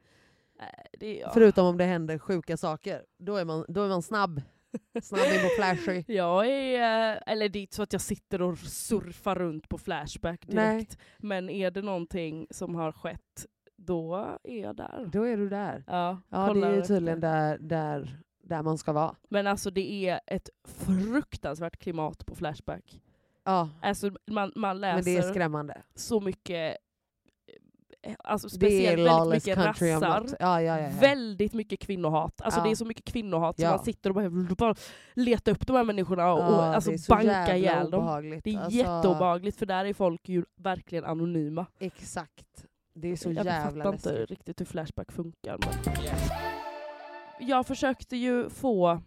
Speaker 1: Nej, det är jag.
Speaker 2: Förutom om det händer sjuka saker. Då är man, då är man snabb. Snabb in på flashy.
Speaker 1: [laughs] Jag är, eh, eller det är inte så att jag sitter och surfar runt på Flashback direkt. Men är det någonting som har skett, då är jag där.
Speaker 2: Då är du där.
Speaker 1: Ja,
Speaker 2: Ja, det
Speaker 1: kollar
Speaker 2: är ju
Speaker 1: efter.
Speaker 2: tydligen där, där, där man ska vara.
Speaker 1: Men alltså det är ett fruktansvärt klimat på Flashback.
Speaker 2: Ja,
Speaker 1: Alltså man, man läser
Speaker 2: men det är skrämmande.
Speaker 1: så mycket, eh, alltså
Speaker 2: Det är
Speaker 1: speciellt väldigt
Speaker 2: lawless
Speaker 1: mycket
Speaker 2: country om
Speaker 1: rassar.
Speaker 2: något. Ja, ja, ja, ja.
Speaker 1: Väldigt mycket kvinnohat. Alltså
Speaker 2: Ja.
Speaker 1: det är så mycket kvinnohat
Speaker 2: Ja.
Speaker 1: så man sitter och bara, bara letar upp de här människorna och, och
Speaker 2: Ja,
Speaker 1: alltså
Speaker 2: det är så jävla
Speaker 1: banka ihjäl dem.
Speaker 2: obehagligt.
Speaker 1: Det är
Speaker 2: Alltså,
Speaker 1: jätteobehagligt för där är folk ju verkligen anonyma.
Speaker 2: Exakt. Det är så
Speaker 1: jag
Speaker 2: jävla
Speaker 1: fattar inte
Speaker 2: läskigt.
Speaker 1: riktigt hur Flashback funkar. Men... Jag försökte ju få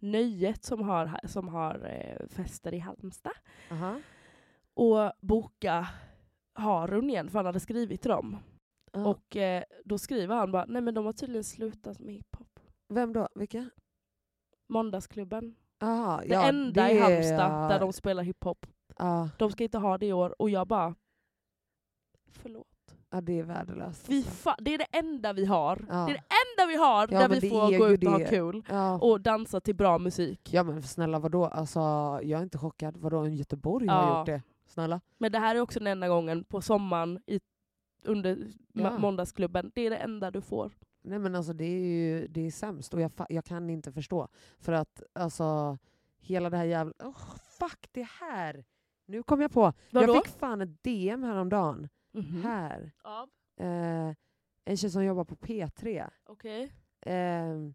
Speaker 1: Nöjet som har, som har eh, fester i Halmstad
Speaker 2: Aha.
Speaker 1: och boka Harun igen för han hade skrivit till dem.
Speaker 2: Ja.
Speaker 1: Och eh, då skriver han bara, nej men de har tydligen slutat med hiphop.
Speaker 2: Vem då? Vilka?
Speaker 1: Måndagsklubben.
Speaker 2: Aha,
Speaker 1: Det
Speaker 2: ja,
Speaker 1: enda
Speaker 2: det
Speaker 1: i
Speaker 2: är-
Speaker 1: Halmstad där de spelar hiphop.
Speaker 2: Ja,
Speaker 1: De ska inte ha det i år och jag bara, förlåt.
Speaker 2: ja, det är värdelöst.
Speaker 1: Vi
Speaker 2: alltså.
Speaker 1: fa- det är det enda vi har.
Speaker 2: Ja.
Speaker 1: Det är det enda vi har
Speaker 2: Ja,
Speaker 1: där
Speaker 2: men
Speaker 1: vi
Speaker 2: det
Speaker 1: får
Speaker 2: är
Speaker 1: gå
Speaker 2: ju
Speaker 1: ut och ha
Speaker 2: det.
Speaker 1: kul.
Speaker 2: ja.
Speaker 1: Och dansa till bra musik.
Speaker 2: Ja men snälla vadå? Alltså, jag är inte chockad. Vadå, en Göteborg
Speaker 1: Ja.
Speaker 2: har gjort det? Snälla.
Speaker 1: Men det här är också den enda gången på sommaren i, under ma-
Speaker 2: Ja.
Speaker 1: måndagsklubben. Det är det enda du får.
Speaker 2: Nej men alltså det är ju det är sämst och jag, fa- jag kan inte förstå. För att alltså hela det här jävla... Oh, fuck det här! Nu kom jag på.
Speaker 1: Vadå? Mhm.
Speaker 2: Jag fick fan ett DM häromdagen. Här.
Speaker 1: Ja,
Speaker 2: Eh, en tjej som jobbar på P3.
Speaker 1: okej.
Speaker 2: Ehm,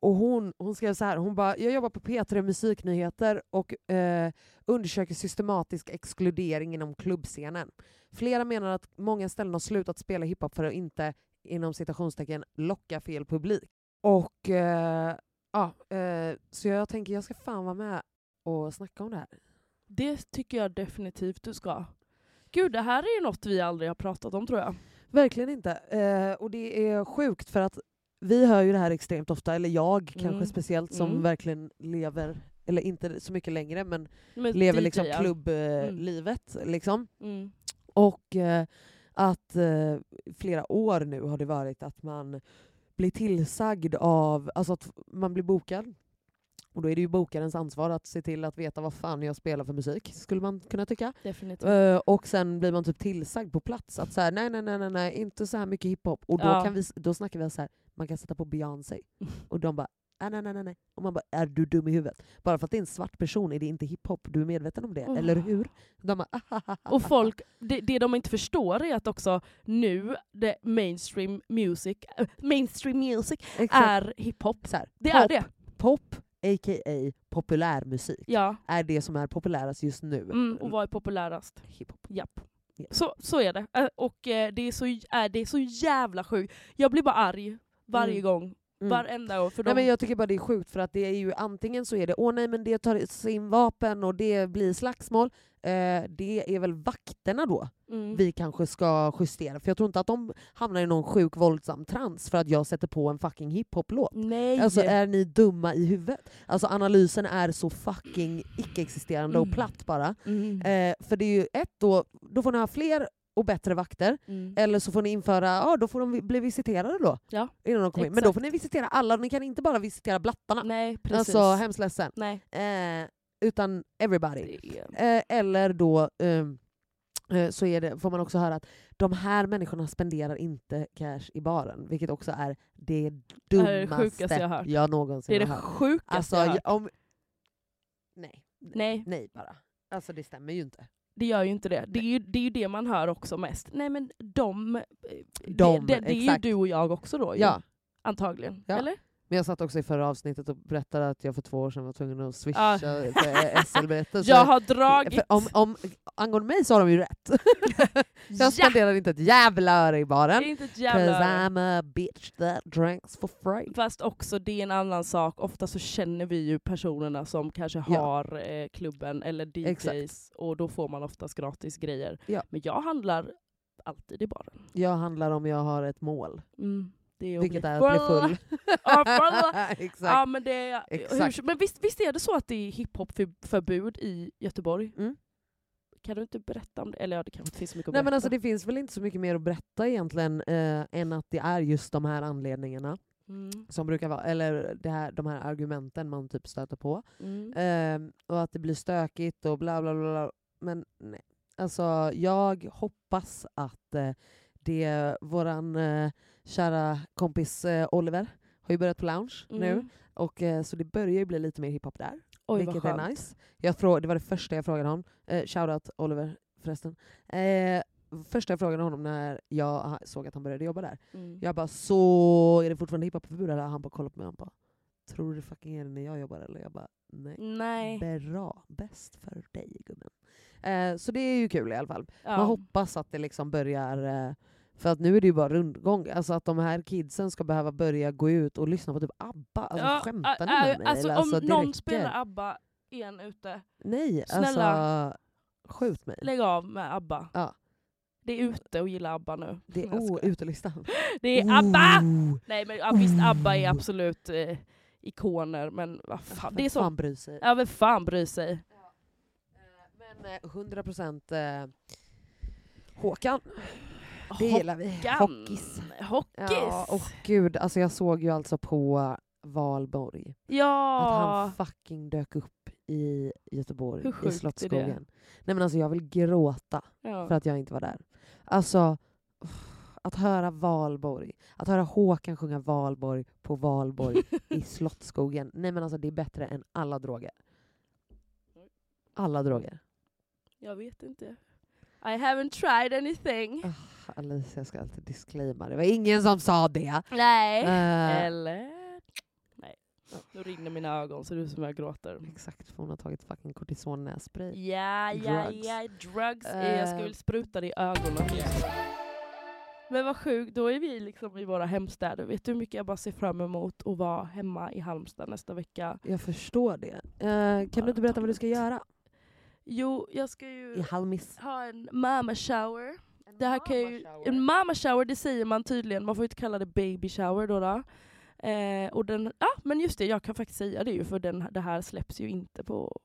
Speaker 2: och hon, hon skrev så här, hon bara, jag jobbar på P3 Musiknyheter och eh, undersöker systematisk exkludering inom klubbscenen. Flera menar att många ställen har slutat spela hiphop för att inte, inom citationstecken, locka fel publik. Och eh, ja, eh, så jag tänker jag ska fan vara med och snacka om det här.
Speaker 1: Det tycker jag definitivt du ska. Gud, det här är ju något vi aldrig har pratat om tror jag.
Speaker 2: Verkligen inte. Eh, och det är sjukt för att vi hör ju det här extremt ofta, eller jag
Speaker 1: Mm.
Speaker 2: kanske speciellt som
Speaker 1: Mm.
Speaker 2: verkligen lever, eller inte så mycket längre men
Speaker 1: Men
Speaker 2: lever
Speaker 1: DJ,
Speaker 2: liksom
Speaker 1: ja. Mm.
Speaker 2: klubblivet. Liksom.
Speaker 1: Mm.
Speaker 2: Och eh, att eh, flera år nu har det varit att man blir tillsagd av, alltså att man blir bokad. Och då är det ju bokarens ansvar att se till att veta vad fan jag spelar för musik, skulle man kunna tycka.
Speaker 1: Definitivt.
Speaker 2: Eh, och sen blir man typ tillsagd på plats att så här, nej, nej, nej, nej, nej, inte så här mycket hiphop. Och då,
Speaker 1: Ja.
Speaker 2: kan vi, då snackar vi så här, man kan sätta på
Speaker 1: [laughs]
Speaker 2: Beyoncé. Och de bara, "Ah, nej, nej, nej, nej. Och man bara, är du dum i huvudet? Bara för att det är en svart person är det inte hiphop, du är medveten om det,
Speaker 1: Oh.
Speaker 2: eller hur? De bara, "Ahahaha."
Speaker 1: Och folk, det, det de inte förstår är att också nu, det mainstream music, äh, mainstream music
Speaker 2: Exakt.
Speaker 1: [laughs] är hiphop.
Speaker 2: så här,
Speaker 1: Det
Speaker 2: pop,
Speaker 1: är det.
Speaker 2: Pop, a.k.a. populärmusik,
Speaker 1: Ja.
Speaker 2: är det som är populärast just nu.
Speaker 1: Mm, och vad är populärast?
Speaker 2: Hiphop.
Speaker 1: Japp.
Speaker 2: Ja.
Speaker 1: Så, så är det. Äh, Och eh, det är, så, äh, det är så jävla sjukt. Jag blir bara arg varje
Speaker 2: Mm.
Speaker 1: gång
Speaker 2: Mm.
Speaker 1: Varenda år. För de,
Speaker 2: Nej, men jag tycker bara det är sjukt för att det är ju antingen så är det åh nej men det tar in vapen och det blir slagsmål. Eh, det är väl vakterna då
Speaker 1: mm.
Speaker 2: vi kanske ska justera. För jag tror inte att de hamnar i någon sjuk våldsam trans för att jag sätter på en fucking hiphop-låt.
Speaker 1: Nej!
Speaker 2: Alltså är ni dumma i huvudet? Alltså analysen är så fucking icke-existerande och
Speaker 1: Mm.
Speaker 2: platt bara.
Speaker 1: mm.
Speaker 2: Eh, för det är ju ett då, då får ni ha fler och bättre vakter.
Speaker 1: Mm.
Speaker 2: Eller så får ni införa, ja då får de vi- bli visiterade då.
Speaker 1: Ja,
Speaker 2: innan de kommer in. Men då
Speaker 1: exakt.
Speaker 2: får ni visitera alla, ni kan inte bara visitera blattarna.
Speaker 1: Nej precis.
Speaker 2: alltså hemskt ledsen.
Speaker 1: Nej.
Speaker 2: Eh, utan everybody.
Speaker 1: Det är-
Speaker 2: Eh, eller då ehm, eh, så är det, får man också höra att de här människorna spenderar inte cash i baren. Vilket också är det
Speaker 1: är det
Speaker 2: dummaste
Speaker 1: sjukaste jag har hört.
Speaker 2: någonsin
Speaker 1: Det är det
Speaker 2: har hört.
Speaker 1: sjukaste
Speaker 2: Alltså,
Speaker 1: jag hört.
Speaker 2: jag- om... Nej.
Speaker 1: Nej.
Speaker 2: Nej bara. Alltså det stämmer ju inte.
Speaker 1: Det gör ju inte det. Det är ju, det är ju det man hör också mest. Nej men de... eh,
Speaker 2: De,
Speaker 1: det, det, det är ju
Speaker 2: exakt.
Speaker 1: du och jag också då ju.
Speaker 2: Ja.
Speaker 1: Antagligen.
Speaker 2: Ja.
Speaker 1: Eller?
Speaker 2: Men jag satt också i förra avsnittet och berättade att jag för två år sedan var tvungen att swisha [laughs] för SL-biljetten. Alltså, så-
Speaker 1: Jag har dragit...
Speaker 2: För om, om, angående mig så har de ju rätt. [laughs] Jag spenderar inte ett jävla öre i
Speaker 1: Det är
Speaker 2: baren.
Speaker 1: inte ett
Speaker 2: Cause
Speaker 1: jävla...
Speaker 2: I'm a bitch that drinks for free.
Speaker 1: Fast också det är en annan sak, ofta så känner vi ju personerna som kanske
Speaker 2: Ja.
Speaker 1: har eh, klubben eller DJs
Speaker 2: Exakt.
Speaker 1: och då får man oftast gratis grejer.
Speaker 2: Ja.
Speaker 1: Men jag handlar alltid i baren.
Speaker 2: Jag handlar om jag har ett mål,
Speaker 1: Mm. Det är
Speaker 2: vilket är att bli [laughs] full.
Speaker 1: [laughs] Ja, full.
Speaker 2: [laughs] Exakt.
Speaker 1: ja, men det är,
Speaker 2: Exakt.
Speaker 1: hur, men visst, visst är det så att det är hiphopförbud i Göteborg?
Speaker 2: Mm.
Speaker 1: Kan du inte berätta om det? Eller ja, det kanske inte finns så mycket att
Speaker 2: Nej, men
Speaker 1: berätta.
Speaker 2: alltså, det finns väl inte så mycket mer att berätta egentligen eh, än att det är just de här anledningarna
Speaker 1: Mm.
Speaker 2: som brukar vara, eller det här, de här argumenten man typ stöter på.
Speaker 1: Mm.
Speaker 2: Ehm, och att det blir stökigt och bla bla bla. bla. Men nej. Alltså, jag hoppas att eh, det våran eh, kära kompis eh, Oliver har ju börjat på lounge nu.
Speaker 1: Mm.
Speaker 2: Och, eh, så det börjar ju bli lite mer hiphop där,
Speaker 1: Oj, vad
Speaker 2: vilket är
Speaker 1: skönt.
Speaker 2: nice. Jag frå- det var det första jag frågade honom. Eh, shoutout Oliver förresten. Eh, första jag frågade honom när jag ha- såg att han började jobba där.
Speaker 1: Mm.
Speaker 2: Jag bara så är det fortfarande hiphopförbud? Eller han bara kollade på mig och han bara tror du det fucking är det när jag jobbar eller? Jag bara nej.
Speaker 1: Nej.
Speaker 2: Bra, bäst för dig gubben. Eh, så det är ju kul i alla fall.
Speaker 1: Ja.
Speaker 2: Man hoppas att det liksom börjar, eh, för att nu är det ju bara rundgång, alltså att de här kidsen ska behöva börja gå ut och lyssna på typ ABBA. Alltså,
Speaker 1: Ja,
Speaker 2: skämtar ni
Speaker 1: äh,
Speaker 2: med
Speaker 1: äh,
Speaker 2: mig?
Speaker 1: Alltså,
Speaker 2: eller?
Speaker 1: om
Speaker 2: det
Speaker 1: någon
Speaker 2: räcker.
Speaker 1: spelar ABBA igen ute,
Speaker 2: Nej,
Speaker 1: Snälla.
Speaker 2: alltså skjut mig.
Speaker 1: lägg av med ABBA.
Speaker 2: Ja.
Speaker 1: Det är ute och gilla ABBA nu.
Speaker 2: Det är
Speaker 1: Jag skojar.
Speaker 2: oh, utelistan.
Speaker 1: det är ABBA!
Speaker 2: Oh,
Speaker 1: Nej men ja, visst, ABBA är
Speaker 2: Ooh.
Speaker 1: absolut eh, ikoner, men vad fan. Det är så...
Speaker 2: fan bryr sig.
Speaker 1: Ja, vem fan bryr sig?
Speaker 2: Men eh, 100% eh, Håkan, det gillar vi.
Speaker 1: Håkan.
Speaker 2: Hockis.
Speaker 1: Hockis!
Speaker 2: Ja, och gud, alltså jag såg ju alltså på Valborg att
Speaker 1: ja.
Speaker 2: han fucking dök upp i Göteborg,
Speaker 1: Hur
Speaker 2: i
Speaker 1: sjukt är det?
Speaker 2: Slottsskogen. Nej men alltså jag vill gråta
Speaker 1: ja.
Speaker 2: för att jag inte var där. Alltså, att höra Valborg, att höra Håkan sjunga Valborg på Valborg
Speaker 1: [laughs]
Speaker 2: i Slottsskogen. Nej men alltså det är bättre än alla droger. Alla droger.
Speaker 1: Jag vet inte. I haven't tried anything.
Speaker 2: Ah, Alicia, jag ska alltid disclaima, det var ingen som sa det.
Speaker 1: Nej.
Speaker 2: Eh,
Speaker 1: Eller? Nej. Nu rinner mina ögon så det är som jag gråter.
Speaker 2: exakt, för hon har tagit fucking kortisonnässpray.
Speaker 1: Ja, ja,
Speaker 2: Drugs.
Speaker 1: ja. Drugs. Eh, Jag ska
Speaker 2: Eh.
Speaker 1: väl spruta det i ögonen. Men vad sjukt, då är vi liksom i våra hemstäder. Vet du hur mycket jag bara ser fram emot att vara hemma i Halmstad nästa vecka?
Speaker 2: Jag förstår det. Eh, kan du inte berätta vad du ska göra?
Speaker 1: Jo, jag ska ju
Speaker 2: I Halmis.
Speaker 1: ha en mama shower. Det här kan ju, en mama shower det säger man tydligen, man får ju inte kalla det baby shower då. då. Eh, och den, ja men just det, jag kan faktiskt säga det ju för den, det här släpps ju inte på...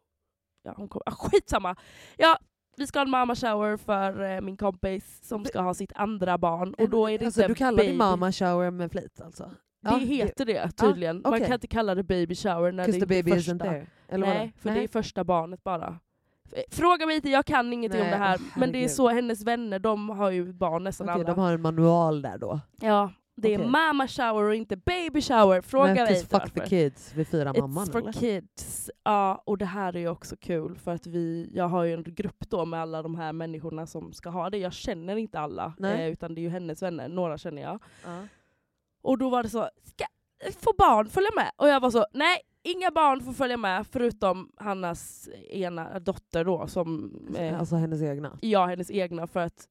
Speaker 1: Ja, hon kom, ah, skitsamma! Ja, vi ska ha en mama shower för eh, min kompis som ska ha sitt andra barn och då är det
Speaker 2: alltså,
Speaker 1: inte
Speaker 2: du kallar det
Speaker 1: baby-
Speaker 2: mama shower med flit alltså?
Speaker 1: Det heter det tydligen. Man
Speaker 2: okej.
Speaker 1: kan inte kalla det baby shower när det
Speaker 2: Cause the
Speaker 1: inte är
Speaker 2: baby
Speaker 1: första.
Speaker 2: isn't there. Eller
Speaker 1: Nej, för det är första barnet bara. F- eh, Fråga mig inte, jag kan ingenting om
Speaker 2: Nej,
Speaker 1: det här.
Speaker 2: åh,
Speaker 1: men det är
Speaker 2: herregud.
Speaker 1: så hennes vänner, de har ju barn nästan
Speaker 2: Okej,
Speaker 1: alla.
Speaker 2: de har en manual där då.
Speaker 1: Ja, det är
Speaker 2: Okej.
Speaker 1: mamma shower och inte baby shower. Fråga
Speaker 2: Nej,
Speaker 1: mig
Speaker 2: cause
Speaker 1: inte
Speaker 2: typ fuck the
Speaker 1: varför.
Speaker 2: kids, vi firar mamman
Speaker 1: It's for
Speaker 2: eller?
Speaker 1: kids. Ja, och det här är ju också kul för att vi, jag har ju en grupp då med alla de här människorna som ska ha det. Jag känner inte alla,
Speaker 2: Nej.
Speaker 1: eh, utan det är ju hennes vänner. Några känner jag.
Speaker 2: Ja.
Speaker 1: Och då var det så, ska få barn följa med? Och jag var så, nej inga barn får följa med förutom Hannas ena dotter då som eh,
Speaker 2: Alltså hennes egna.
Speaker 1: ja, hennes egna för att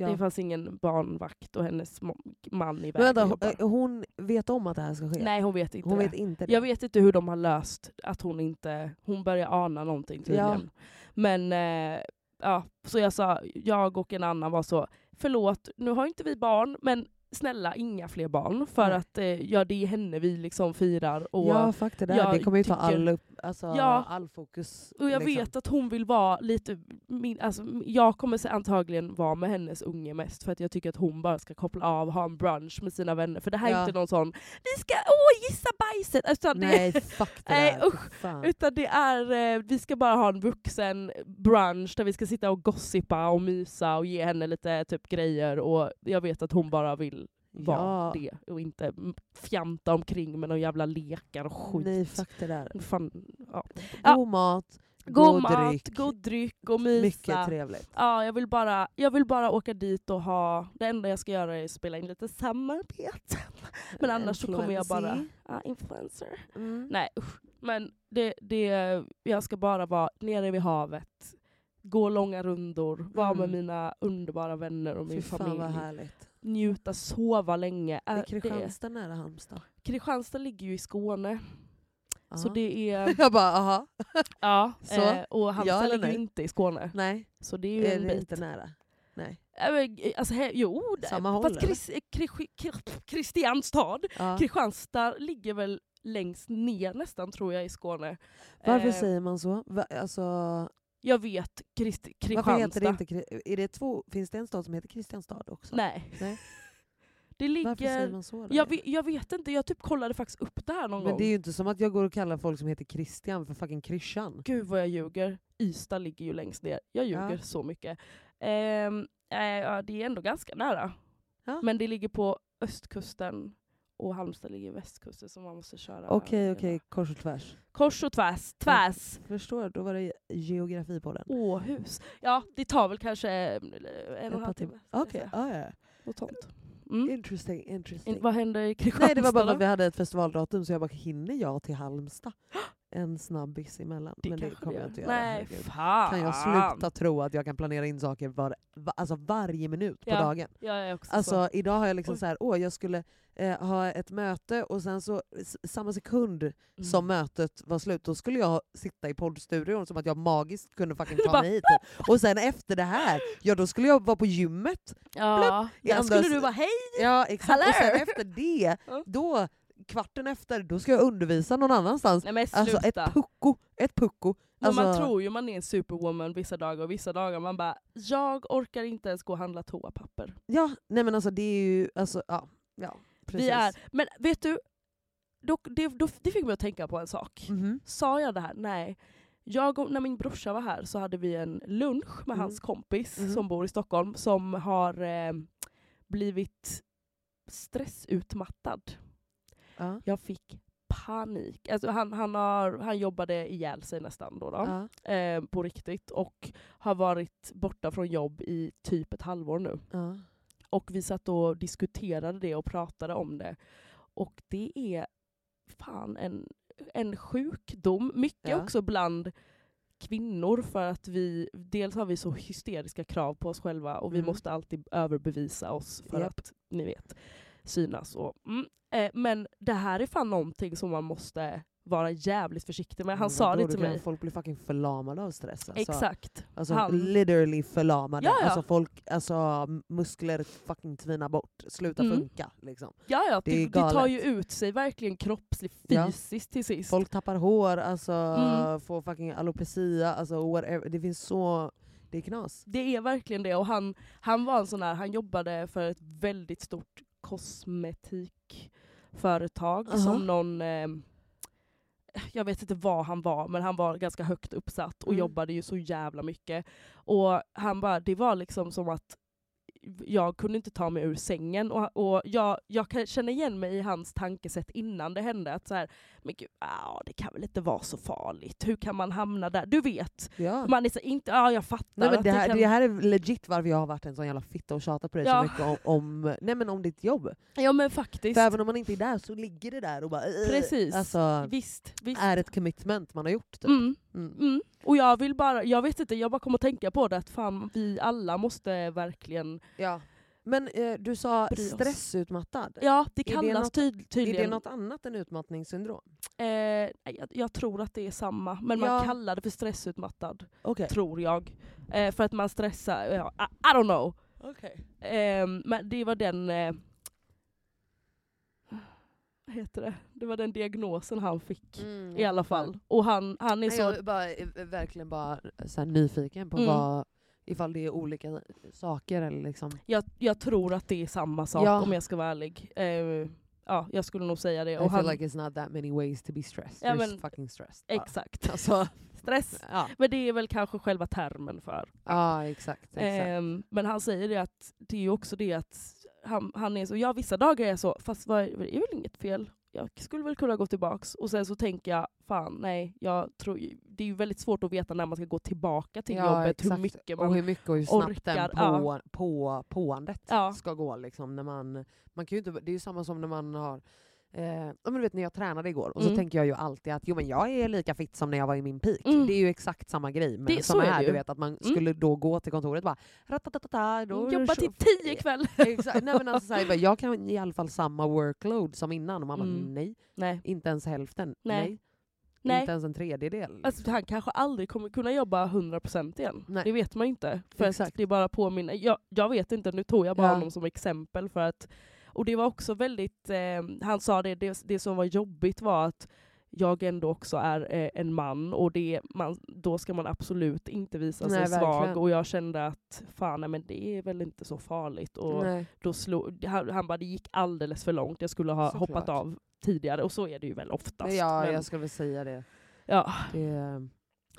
Speaker 2: Ja.
Speaker 1: Det fanns ingen barnvakt och hennes mo- man i
Speaker 2: Men
Speaker 1: vägen.
Speaker 2: vänta, hon,
Speaker 1: jobbade.
Speaker 2: eh, hon vet om att det här ska ske?
Speaker 1: Nej hon vet inte
Speaker 2: hon
Speaker 1: det.
Speaker 2: vet inte det?
Speaker 1: Jag vet inte hur de har löst att hon inte, hon börjar ana någonting tydligen. Men eh, ja, så jag sa, jag och en annan var så, förlåt, nu har inte vi barn, men snälla inga fler barn. För
Speaker 2: Nej.
Speaker 1: att eh, ja, det är henne vi liksom firar. Och,
Speaker 2: ja, fuck det där.
Speaker 1: jag
Speaker 2: det kommer ju ta
Speaker 1: tycker-
Speaker 2: all, upp, alltså,
Speaker 1: Ja.
Speaker 2: all fokus.
Speaker 1: och jag
Speaker 2: liksom.
Speaker 1: vet att hon vill vara lite, min, alltså, jag kommer se- antagligen vara med hennes unge mest för att jag tycker att hon bara ska koppla av, ha en brunch med sina vänner. För det här är
Speaker 2: Ja.
Speaker 1: inte någon sån, vi ska åh gissa bajset! Alltså, det,
Speaker 2: Nej, fuck det
Speaker 1: Nej,
Speaker 2: där. Fy
Speaker 1: usch.
Speaker 2: fan.
Speaker 1: Utan det är, eh, vi ska bara ha en vuxen brunch där vi ska sitta och gossipa och mysa och ge henne lite typ grejer och jag vet att hon bara vill vara
Speaker 2: Ja.
Speaker 1: det och inte mm, fjanta omkring med några jävla lekar och skit.
Speaker 2: Nej, fuck det där.
Speaker 1: Fan, ja. Ja.
Speaker 2: God mat,
Speaker 1: God, mat,
Speaker 2: dryck.
Speaker 1: god dryck och mysa.
Speaker 2: mycket trevligt.
Speaker 1: Ja, jag vill, bara, jag vill bara åka dit och ha... Det enda jag ska göra är att spela in lite samarbete. Men annars så kommer jag bara...
Speaker 2: Influency.
Speaker 1: Ja, influencer.
Speaker 2: Mm.
Speaker 1: Nej usch. Men det, det, jag ska bara vara nere vid havet, gå långa rundor, vara med
Speaker 2: Mm.
Speaker 1: mina underbara vänner och
Speaker 2: Fy
Speaker 1: min
Speaker 2: fan
Speaker 1: familj.
Speaker 2: vad härligt.
Speaker 1: Njuta, sova länge.
Speaker 2: Är
Speaker 1: Äh, det,
Speaker 2: Kristianstad nära Halmstad?
Speaker 1: Kristianstad ligger ju i Skåne, så
Speaker 2: Ja.
Speaker 1: det är...
Speaker 2: [laughs] Jag bara, aha.
Speaker 1: ja,
Speaker 2: Så,
Speaker 1: eh, och Halmstad
Speaker 2: eller
Speaker 1: ligger ju
Speaker 2: nej? Eh,
Speaker 1: inte i Skåne.
Speaker 2: Nej,
Speaker 1: Så det är ju
Speaker 2: är
Speaker 1: en
Speaker 2: det
Speaker 1: bit.
Speaker 2: inte nära? Nej.
Speaker 1: Äh, men, eh, alltså, he, jo, det-
Speaker 2: Samma håll,
Speaker 1: fast
Speaker 2: eller?
Speaker 1: Chris, eh, Kri- Kri- Kristianstad.
Speaker 2: Ja.
Speaker 1: Kristianstad ligger väl längst ner nästan tror jag i Skåne.
Speaker 2: Varför
Speaker 1: Eh,
Speaker 2: säger man så? Va, alltså,
Speaker 1: Jag vet, Christ, Kristianstad.
Speaker 2: varför heter det inte, Kri- är det två, finns det en stad som heter Kristianstad också?
Speaker 1: Nej. [laughs]
Speaker 2: Nej.
Speaker 1: Det
Speaker 2: Varför säger
Speaker 1: ligger...
Speaker 2: man så? då?
Speaker 1: Jag vet, jag vet inte, jag typ kollade faktiskt upp det här någon
Speaker 2: Men
Speaker 1: gång.
Speaker 2: det är ju inte som att jag går och kallar folk som heter Christian för fucking Christian.
Speaker 1: Gud vad jag ljuger. Ystad ligger ju längst ner. Jag ljuger
Speaker 2: Ja.
Speaker 1: så mycket. Ehm, eh, ja, det är ändå ganska nära.
Speaker 2: Ja.
Speaker 1: Men det ligger på östkusten och Halmstad ligger i västkusten så man måste köra.
Speaker 2: Okej,
Speaker 1: hela-
Speaker 2: okej, kors och tvärs.
Speaker 1: Kors och tvärs, tvärs.
Speaker 2: Förstår, då var det geografi på den.
Speaker 1: Åhus. Ja, det tar väl kanske eh, en och en halv timme.
Speaker 2: Okej,
Speaker 1: Nästan.
Speaker 2: ah, ja.
Speaker 1: Något sånt. Mm.
Speaker 2: interesting,
Speaker 1: In,
Speaker 2: interesting.
Speaker 1: vad händer i Kristianstad?
Speaker 2: Nej det var bara
Speaker 1: då?
Speaker 2: att vi hade ett festivaldatum så jag bara, hinner jag till Halmstad? En snabbis emellan.
Speaker 1: Det
Speaker 2: Men det
Speaker 1: kanske
Speaker 2: kommer
Speaker 1: det
Speaker 2: jag
Speaker 1: gör.
Speaker 2: inte göra.
Speaker 1: Nej,
Speaker 2: herregud.
Speaker 1: fan.
Speaker 2: Kan jag sluta tro att jag kan planera in saker var, va, alltså varje minut på
Speaker 1: Ja.
Speaker 2: dagen?
Speaker 1: Jag är också så.
Speaker 2: Alltså idag har jag liksom
Speaker 1: Oj.
Speaker 2: så här, åh jag skulle eh, ha ett möte och sen så s- samma sekund
Speaker 1: Mm.
Speaker 2: som mötet var slut, då skulle jag sitta i poddstudion som att jag magiskt kunde
Speaker 1: [laughs]
Speaker 2: fucking
Speaker 1: bara-
Speaker 2: ta mig hit. Och sen efter det här, ja då skulle jag vara på gymmet.
Speaker 1: Ja,
Speaker 2: i
Speaker 1: där skulle
Speaker 2: andras-
Speaker 1: du vara hej!
Speaker 2: Ja exakt. Och sen
Speaker 1: Hallå!
Speaker 2: efter det,
Speaker 1: [laughs] Ja.
Speaker 2: då kvarten efter, då ska jag undervisa någon annanstans.
Speaker 1: Nej men sluta.
Speaker 2: Alltså ett pucko, ett pucko.
Speaker 1: Men man
Speaker 2: alltså-
Speaker 1: tror ju man är en superwoman vissa dagar och vissa dagar man bara jag orkar inte ens gå och handla toapapper.
Speaker 2: Ja, nej men alltså det är ju, alltså ja. ja precis.
Speaker 1: Vi är, men vet du, då, det, då, det fick mig att tänka på en sak.
Speaker 2: Mhm.
Speaker 1: Sa jag det här? Nej. Jag och, när min brorsa var här så hade vi en lunch med
Speaker 2: Mm.
Speaker 1: hans kompis
Speaker 2: Mhm.
Speaker 1: som bor i Stockholm som har eh, blivit stressutmattad.
Speaker 2: Ja.
Speaker 1: Jag fick panik. Alltså han, han, har, han jobbade ihjäl sig nästan då,
Speaker 2: Ja.
Speaker 1: då eh, på riktigt och har varit borta från jobb i typ ett halvår nu.
Speaker 2: Ja.
Speaker 1: Och vi satt och diskuterade det och pratade om det. Och det är fan en, en sjukdom. Mycket
Speaker 2: Ja.
Speaker 1: också bland kvinnor för att vi dels har vi så hysteriska krav på oss själva och vi
Speaker 2: Mm.
Speaker 1: måste alltid överbevisa oss för
Speaker 2: Japp.
Speaker 1: att ni vet synas och mm. eh, men det här är fan någonting som man måste vara jävligt försiktig med. Han
Speaker 2: Men
Speaker 1: sa
Speaker 2: Mm, vadå,
Speaker 1: det
Speaker 2: då
Speaker 1: till
Speaker 2: kan
Speaker 1: mig.
Speaker 2: Folk blir fucking förlamade av stress. Alltså,
Speaker 1: Exakt.
Speaker 2: Alltså
Speaker 1: Han-
Speaker 2: literally förlamade.
Speaker 1: Ja, ja.
Speaker 2: Alltså folk, alltså muskler fucking tvinar bort, slutar
Speaker 1: Mm.
Speaker 2: funka. Liksom.
Speaker 1: Ja, ja det,
Speaker 2: Det är
Speaker 1: det, tar
Speaker 2: galet.
Speaker 1: ju ut sig verkligen kroppsligt,
Speaker 2: Ja.
Speaker 1: fysiskt till sist.
Speaker 2: Folk tappar hår, alltså
Speaker 1: Mm.
Speaker 2: får fucking alopecia, alltså whatever. Det finns så... Det är knas.
Speaker 1: Det är verkligen det. Och han, han var en sån här, han jobbade för ett väldigt stort kosmetikföretag
Speaker 2: Aha.
Speaker 1: som någon eh, jag vet inte vad han var, men han var ganska högt uppsatt och
Speaker 2: Mm.
Speaker 1: jobbade ju så jävla mycket. Och han bara, det var liksom som att jag kunde inte ta mig ur sängen. Och, och jag, jag kan känna igen mig i hans tankesätt innan det hände. Att så här, men gud, ah, det kan väl inte vara så farligt. Hur kan man hamna där? Du vet,
Speaker 2: Ja.
Speaker 1: man är så inte, ja jag fattar.
Speaker 2: Nej, men
Speaker 1: att
Speaker 2: det, här,
Speaker 1: kan-
Speaker 2: det här är legit varför jag har varit en sån jävla fitta och tjatat på dig så
Speaker 1: Ja.
Speaker 2: mycket om, om, nej, men om ditt jobb.
Speaker 1: Ja men faktiskt.
Speaker 2: För även om man inte är där så ligger det där och bara... eh,
Speaker 1: Precis.
Speaker 2: Alltså,
Speaker 1: Visst, visst.
Speaker 2: är ett commitment man har gjort. Typ.
Speaker 1: Mm,
Speaker 2: Mm.
Speaker 1: mm. Och jag vill bara, jag vet inte, jag bara kommer att tänka på det att fan vi alla måste verkligen
Speaker 2: Ja. Men eh, du sa
Speaker 1: Bry oss.
Speaker 2: stressutmattad.
Speaker 1: Ja, det
Speaker 2: det
Speaker 1: kallas
Speaker 2: något-
Speaker 1: tyd-
Speaker 2: Är det
Speaker 1: tydligen...
Speaker 2: något annat än utmattningssyndrom?
Speaker 1: eh, jag, jag tror att det är samma, men man
Speaker 2: Ja.
Speaker 1: kallar det för stressutmattad,
Speaker 2: Okej.
Speaker 1: tror jag. Eh, för att man stressar, ja, I, I don't know.
Speaker 2: Okay.
Speaker 1: Ehm, men det var den... Eh, vad heter det? Det var den diagnosen han fick. I alla fall. Och han, han är
Speaker 2: Mm. Nej,
Speaker 1: så...
Speaker 2: jag är bara, är verkligen bara så här, nyfiken på
Speaker 1: Mm.
Speaker 2: vad, ifall det är olika saker. Eller liksom.
Speaker 1: Jag, jag tror att det är samma sak
Speaker 2: Ja.
Speaker 1: om jag ska vara ärlig. Eh, ja, jag skulle nog säga det.
Speaker 2: I
Speaker 1: Och
Speaker 2: feel
Speaker 1: han,
Speaker 2: like it's not that many ways to be stressed.
Speaker 1: Ja,
Speaker 2: You're
Speaker 1: men-
Speaker 2: fucking stressed. bara.
Speaker 1: Exakt.
Speaker 2: Alltså,
Speaker 1: Stress.
Speaker 2: ja.
Speaker 1: Men det är väl kanske själva termen för.
Speaker 2: ja, exakt. exakt.
Speaker 1: Ehm, men han säger det att det är ju också det att han, han är så, ja vissa dagar är jag så, fast vad, det är väl inget fel. Jag skulle väl kunna gå tillbaks. Och sen så tänker jag, fan nej, jag tror, ju- det är ju väldigt svårt att veta när man ska gå tillbaka till
Speaker 2: Ja,
Speaker 1: jobbet, hur
Speaker 2: exakt.
Speaker 1: mycket man
Speaker 2: och hur mycket och hur snabbt den
Speaker 1: orkar,
Speaker 2: på, på, påandet
Speaker 1: Ja.
Speaker 2: ska gå. Liksom, när man, man kan ju inte, det är ju samma som när man har Eh, ja, men du vet när jag tränade igår och så
Speaker 1: Mm.
Speaker 2: tänker jag ju alltid att jo, men jag är lika fit som när jag var i min peak.
Speaker 1: Mm.
Speaker 2: Det är ju exakt samma grej. Men
Speaker 1: Det-
Speaker 2: som
Speaker 1: så är
Speaker 2: här,
Speaker 1: det
Speaker 2: du
Speaker 1: ju. Mm.
Speaker 2: vet att man skulle då gå till kontoret och bara ratatatata, då
Speaker 1: jobba till tio ikväll.
Speaker 2: [laughs] Exakt. Nej, men alltså, så här, bara, jag kan i alla fall samma workload som innan. Och man bara,
Speaker 1: Mm.
Speaker 2: nej,
Speaker 1: Nej.
Speaker 2: inte ens hälften.
Speaker 1: Nej.
Speaker 2: Nej.
Speaker 1: Nej.
Speaker 2: Inte ens en tredjedel.
Speaker 1: Alltså, han kanske aldrig kommer kunna jobba 100% igen.
Speaker 2: Nej.
Speaker 1: Det vet man ju inte. För
Speaker 2: Exakt.
Speaker 1: att det bara påminner. Jag, jag vet inte, nu tog jag bara
Speaker 2: Ja.
Speaker 1: honom som exempel. för att Och det var också väldigt, eh, han sa det, det, det som var jobbigt var att jag ändå också är eh, en man och det, man, då ska man absolut inte visa sig
Speaker 2: Nej,
Speaker 1: svag.
Speaker 2: verkligen.
Speaker 1: Och jag kände att fan, nej, men det är väl inte så farligt. Och
Speaker 2: nej.
Speaker 1: då slog, han, han bara, det gick alldeles för långt. Jag skulle ha
Speaker 2: Såklart.
Speaker 1: hoppat av tidigare. Och så är det ju väl oftast.
Speaker 2: Men ja,
Speaker 1: men-
Speaker 2: jag skulle väl säga det.
Speaker 1: ja.
Speaker 2: det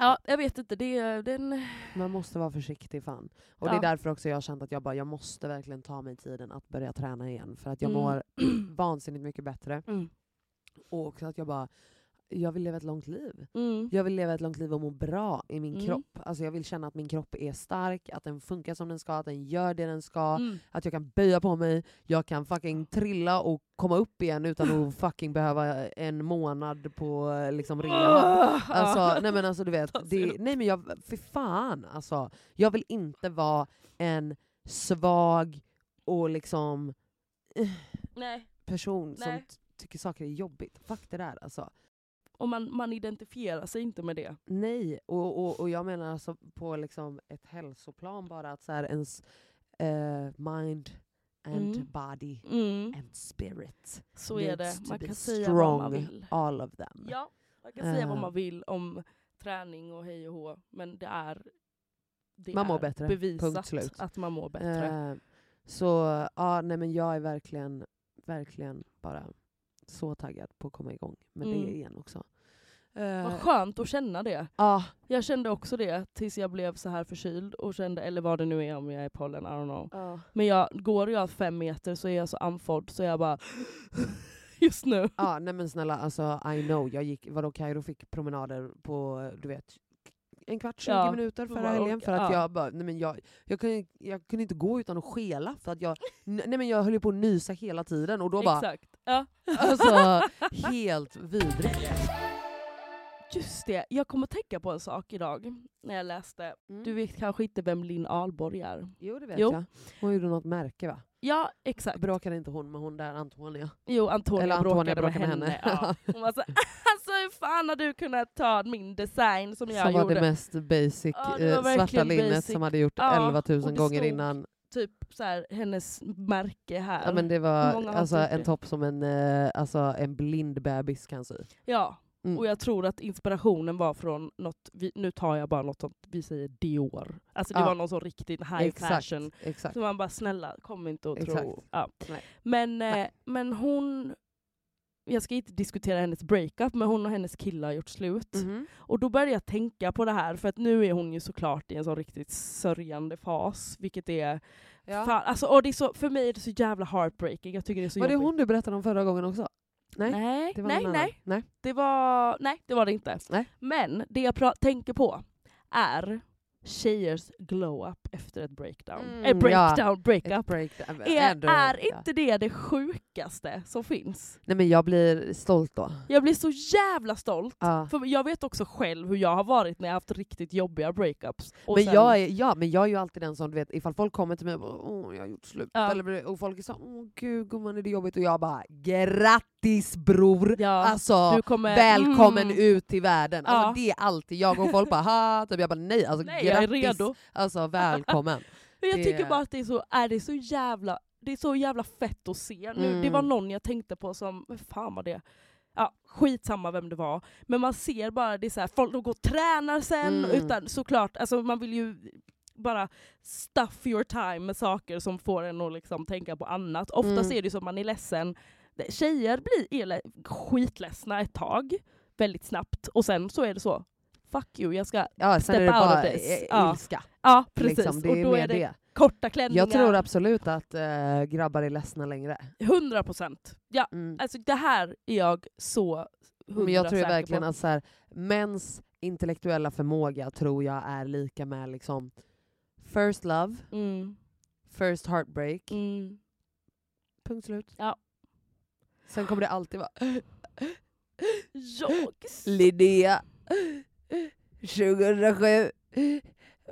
Speaker 1: Ja, jag vet inte. Det är den...
Speaker 2: Man måste vara försiktig fan. Och det
Speaker 1: Ja.
Speaker 2: är därför också jag har känt att jag bara, jag måste verkligen ta mig tiden att börja träna igen. För att jag
Speaker 1: Mm.
Speaker 2: mår [clears throat] vansinnigt mycket bättre. Och också att jag bara, jag vill leva ett långt liv.
Speaker 1: Mm.
Speaker 2: Jag vill leva ett långt liv och må bra i min
Speaker 1: Mm.
Speaker 2: kropp. Alltså jag vill känna att min kropp är stark, att den funkar som den ska, att den gör det den ska.
Speaker 1: Mm.
Speaker 2: Att jag kan böja på mig, jag kan fucking trilla och komma upp igen utan
Speaker 1: [gasps]
Speaker 2: att fucking behöva en månad på eh, liksom
Speaker 1: [gasps]
Speaker 2: rehab.
Speaker 1: Ah,
Speaker 2: Alltså,
Speaker 1: ah.
Speaker 2: nej men alltså du vet,
Speaker 1: [laughs] Ta sig
Speaker 2: det,
Speaker 1: upp.
Speaker 2: nej men jag, fy fan alltså. Jag vill inte vara en svag och liksom
Speaker 1: Nej.
Speaker 2: person som
Speaker 1: Nej.
Speaker 2: t- tycker saker är jobbigt. Fuck det där alltså.
Speaker 1: Och man, man identifierar sig inte med det.
Speaker 2: Nej, och, och, och jag menar alltså på liksom ett hälsoplan bara att så här ens eh, mind and
Speaker 1: Mm.
Speaker 2: body
Speaker 1: Mm.
Speaker 2: and spirit
Speaker 1: Så är
Speaker 2: needs
Speaker 1: det.
Speaker 2: to
Speaker 1: Man
Speaker 2: be
Speaker 1: kan
Speaker 2: strong,
Speaker 1: säga vad man vill.
Speaker 2: all of them.
Speaker 1: Ja, man kan säga vad
Speaker 2: Eh.
Speaker 1: man vill om träning och hej och hå. Men det är, det
Speaker 2: Man mår
Speaker 1: är
Speaker 2: bättre.
Speaker 1: bevisat
Speaker 2: Punkt slut.
Speaker 1: att man mår bättre.
Speaker 2: Eh, så ja, nej men jag är verkligen, verkligen bara så taggad på att komma igång med det
Speaker 1: Mm.
Speaker 2: igen också. Eh,
Speaker 1: Vad skönt att känna det.
Speaker 2: ja,
Speaker 1: Jag kände också det tills jag blev så här förkyld och kände, eller vad det nu är om jag är pollen, I don't know. Men jag, går jag fem meter så är jag så andfådd så jag bara [laughs] just nu.
Speaker 2: ja, nej men snälla alltså I know. Jag gick, vadå Kairo fick promenader på du vet en kvart, 20
Speaker 1: Ja,
Speaker 2: minuter förra
Speaker 1: man
Speaker 2: helgen
Speaker 1: orkar,
Speaker 2: för att
Speaker 1: ja.
Speaker 2: jag bara, nej men jag, jag, kunde, jag kunde inte gå utan att skela för att jag, nej men jag höll ju på att nysa hela tiden och då bara,
Speaker 1: Exakt. Ja.
Speaker 2: alltså helt vidrigt.
Speaker 1: [laughs] Just det, jag kommer att tänka på en sak idag när jag läste.
Speaker 2: Mm.
Speaker 1: Du vet kanske inte vem Linn Ahlborg är?
Speaker 2: jo det vet
Speaker 1: Jo.
Speaker 2: jag. Hon gjorde något märke va?
Speaker 1: Ja, exakt.
Speaker 2: Bråkade inte hon med hon där Antonia?
Speaker 1: Jo, Antonia,
Speaker 2: Eller Antonia
Speaker 1: bråkade, med henne.
Speaker 2: [laughs]
Speaker 1: Ja. Hon var så, [laughs] alltså hur fan har du kunnat ta min design som jag
Speaker 2: som var
Speaker 1: gjorde?
Speaker 2: det mest basic
Speaker 1: Ja, det
Speaker 2: eh,
Speaker 1: var
Speaker 2: svarta
Speaker 1: verkligen
Speaker 2: linnet
Speaker 1: basic.
Speaker 2: som hade gjort
Speaker 1: Ja,
Speaker 2: 11
Speaker 1: och
Speaker 2: 000
Speaker 1: det
Speaker 2: gånger
Speaker 1: stod
Speaker 2: innan.
Speaker 1: Typ så här, hennes märke här.
Speaker 2: Ja, men det
Speaker 1: Hur
Speaker 2: var
Speaker 1: många har
Speaker 2: alltså,
Speaker 1: inte gjort
Speaker 2: en
Speaker 1: det?
Speaker 2: topp som en, eh, alltså, en blind bebis kan sy.
Speaker 1: Ja,
Speaker 2: Mm.
Speaker 1: och jag tror att inspirationen var från något, vi, nu tar jag bara något som vi säger Dior. Alltså det
Speaker 2: Ja.
Speaker 1: var någon sån riktigt high fashion.
Speaker 2: Exakt.
Speaker 1: Så man bara snälla, kom inte och
Speaker 2: Exakt.
Speaker 1: tro. Ja.
Speaker 2: Nej.
Speaker 1: Men, eh,
Speaker 2: Nej.
Speaker 1: men hon, jag ska inte diskutera hennes breakup, men hon och hennes kille har gjort slut.
Speaker 2: Mhm.
Speaker 1: Och då började jag tänka på det här, för att nu är hon ju såklart i en sån riktigt sörjande fas, vilket är...
Speaker 2: Ja.
Speaker 1: Fan, alltså, och det är så, för mig är det så jävla heartbreaking, jag tycker det är så
Speaker 2: Var det
Speaker 1: jobbigt.
Speaker 2: hon du berättade om förra gången också? Nej,
Speaker 1: Nej,
Speaker 2: det var
Speaker 1: nej,
Speaker 2: någon
Speaker 1: nej.
Speaker 2: annan. nej.
Speaker 1: Det var, nej det var det inte.
Speaker 2: Nej.
Speaker 1: Men det jag pra- tänker på är tjejers glow-up. efter ett breakdown.
Speaker 2: Mm,
Speaker 1: Eh, breakdown, breakup.
Speaker 2: Ett break, äh, men
Speaker 1: är,
Speaker 2: ändå,
Speaker 1: är
Speaker 2: ja.
Speaker 1: inte det det sjukaste som finns?
Speaker 2: Nej men jag blir stolt då.
Speaker 1: Jag blir så jävla stolt.
Speaker 2: Ja.
Speaker 1: För jag vet också själv hur jag har varit när jag har haft riktigt jobbiga breakups. Och
Speaker 2: men,
Speaker 1: sen-
Speaker 2: jag är, ja, men jag är ju alltid den som, du vet, ifall folk kommer till mig och bara, åh jag har gjort slut,
Speaker 1: Ja.
Speaker 2: eller, och folk är så åh gud gumman är det jobbigt, och jag bara grattis bror!
Speaker 1: Ja,
Speaker 2: alltså
Speaker 1: du kommer,
Speaker 2: välkommen
Speaker 3: Mm.
Speaker 2: ut i världen!
Speaker 1: Ja.
Speaker 2: Alltså, det är alltid jag och folk bara ha, typ, jag bara nej alltså
Speaker 1: Nej, jag är
Speaker 2: grattis!
Speaker 1: redo.
Speaker 2: Alltså välkommen!
Speaker 1: Men jag
Speaker 2: Det-
Speaker 1: tycker bara att det är så, är det så jävla det är så jävla fett att se. Nu, Det
Speaker 2: Mm.
Speaker 1: var någon jag tänkte på som, vad fan var det? Ja, skitsamma vem det var. Men man ser bara, det är så här, folk de går och tränar sen.
Speaker 2: Mm.
Speaker 1: Utan, såklart, alltså, man vill ju bara stuff your time med saker som får en att liksom tänka på annat. Oftast
Speaker 2: Mm.
Speaker 1: är det ju så att man är ledsen. Tjejer blir ele- skitledsna ett tag, väldigt snabbt. Och sen så är det så, fuck you, jag ska...
Speaker 2: Ja, sen
Speaker 1: Step
Speaker 2: är det
Speaker 1: out of
Speaker 2: bara
Speaker 1: this.
Speaker 2: eh,
Speaker 1: Ja,
Speaker 2: ilska.
Speaker 1: Ja, precis.
Speaker 2: Liksom. Det är
Speaker 1: och då
Speaker 2: mer
Speaker 1: är det,
Speaker 2: det.
Speaker 1: korta klänningar.
Speaker 2: Jag tror absolut att eh, grabbar är ledsna längre.
Speaker 1: 100 procent. Ja,
Speaker 2: Mm.
Speaker 1: alltså det här är jag så hundra
Speaker 2: Men jag tror ju
Speaker 1: säker
Speaker 2: verkligen
Speaker 1: på.
Speaker 2: att så här, mäns intellektuella förmåga tror jag är lika med liksom first love,
Speaker 1: Mm,
Speaker 2: first heartbreak,
Speaker 1: mm.
Speaker 2: punkt slut.
Speaker 1: Ja.
Speaker 2: Sen kommer det alltid vara [laughs] [gasps]
Speaker 1: Jag
Speaker 2: Linnea 2007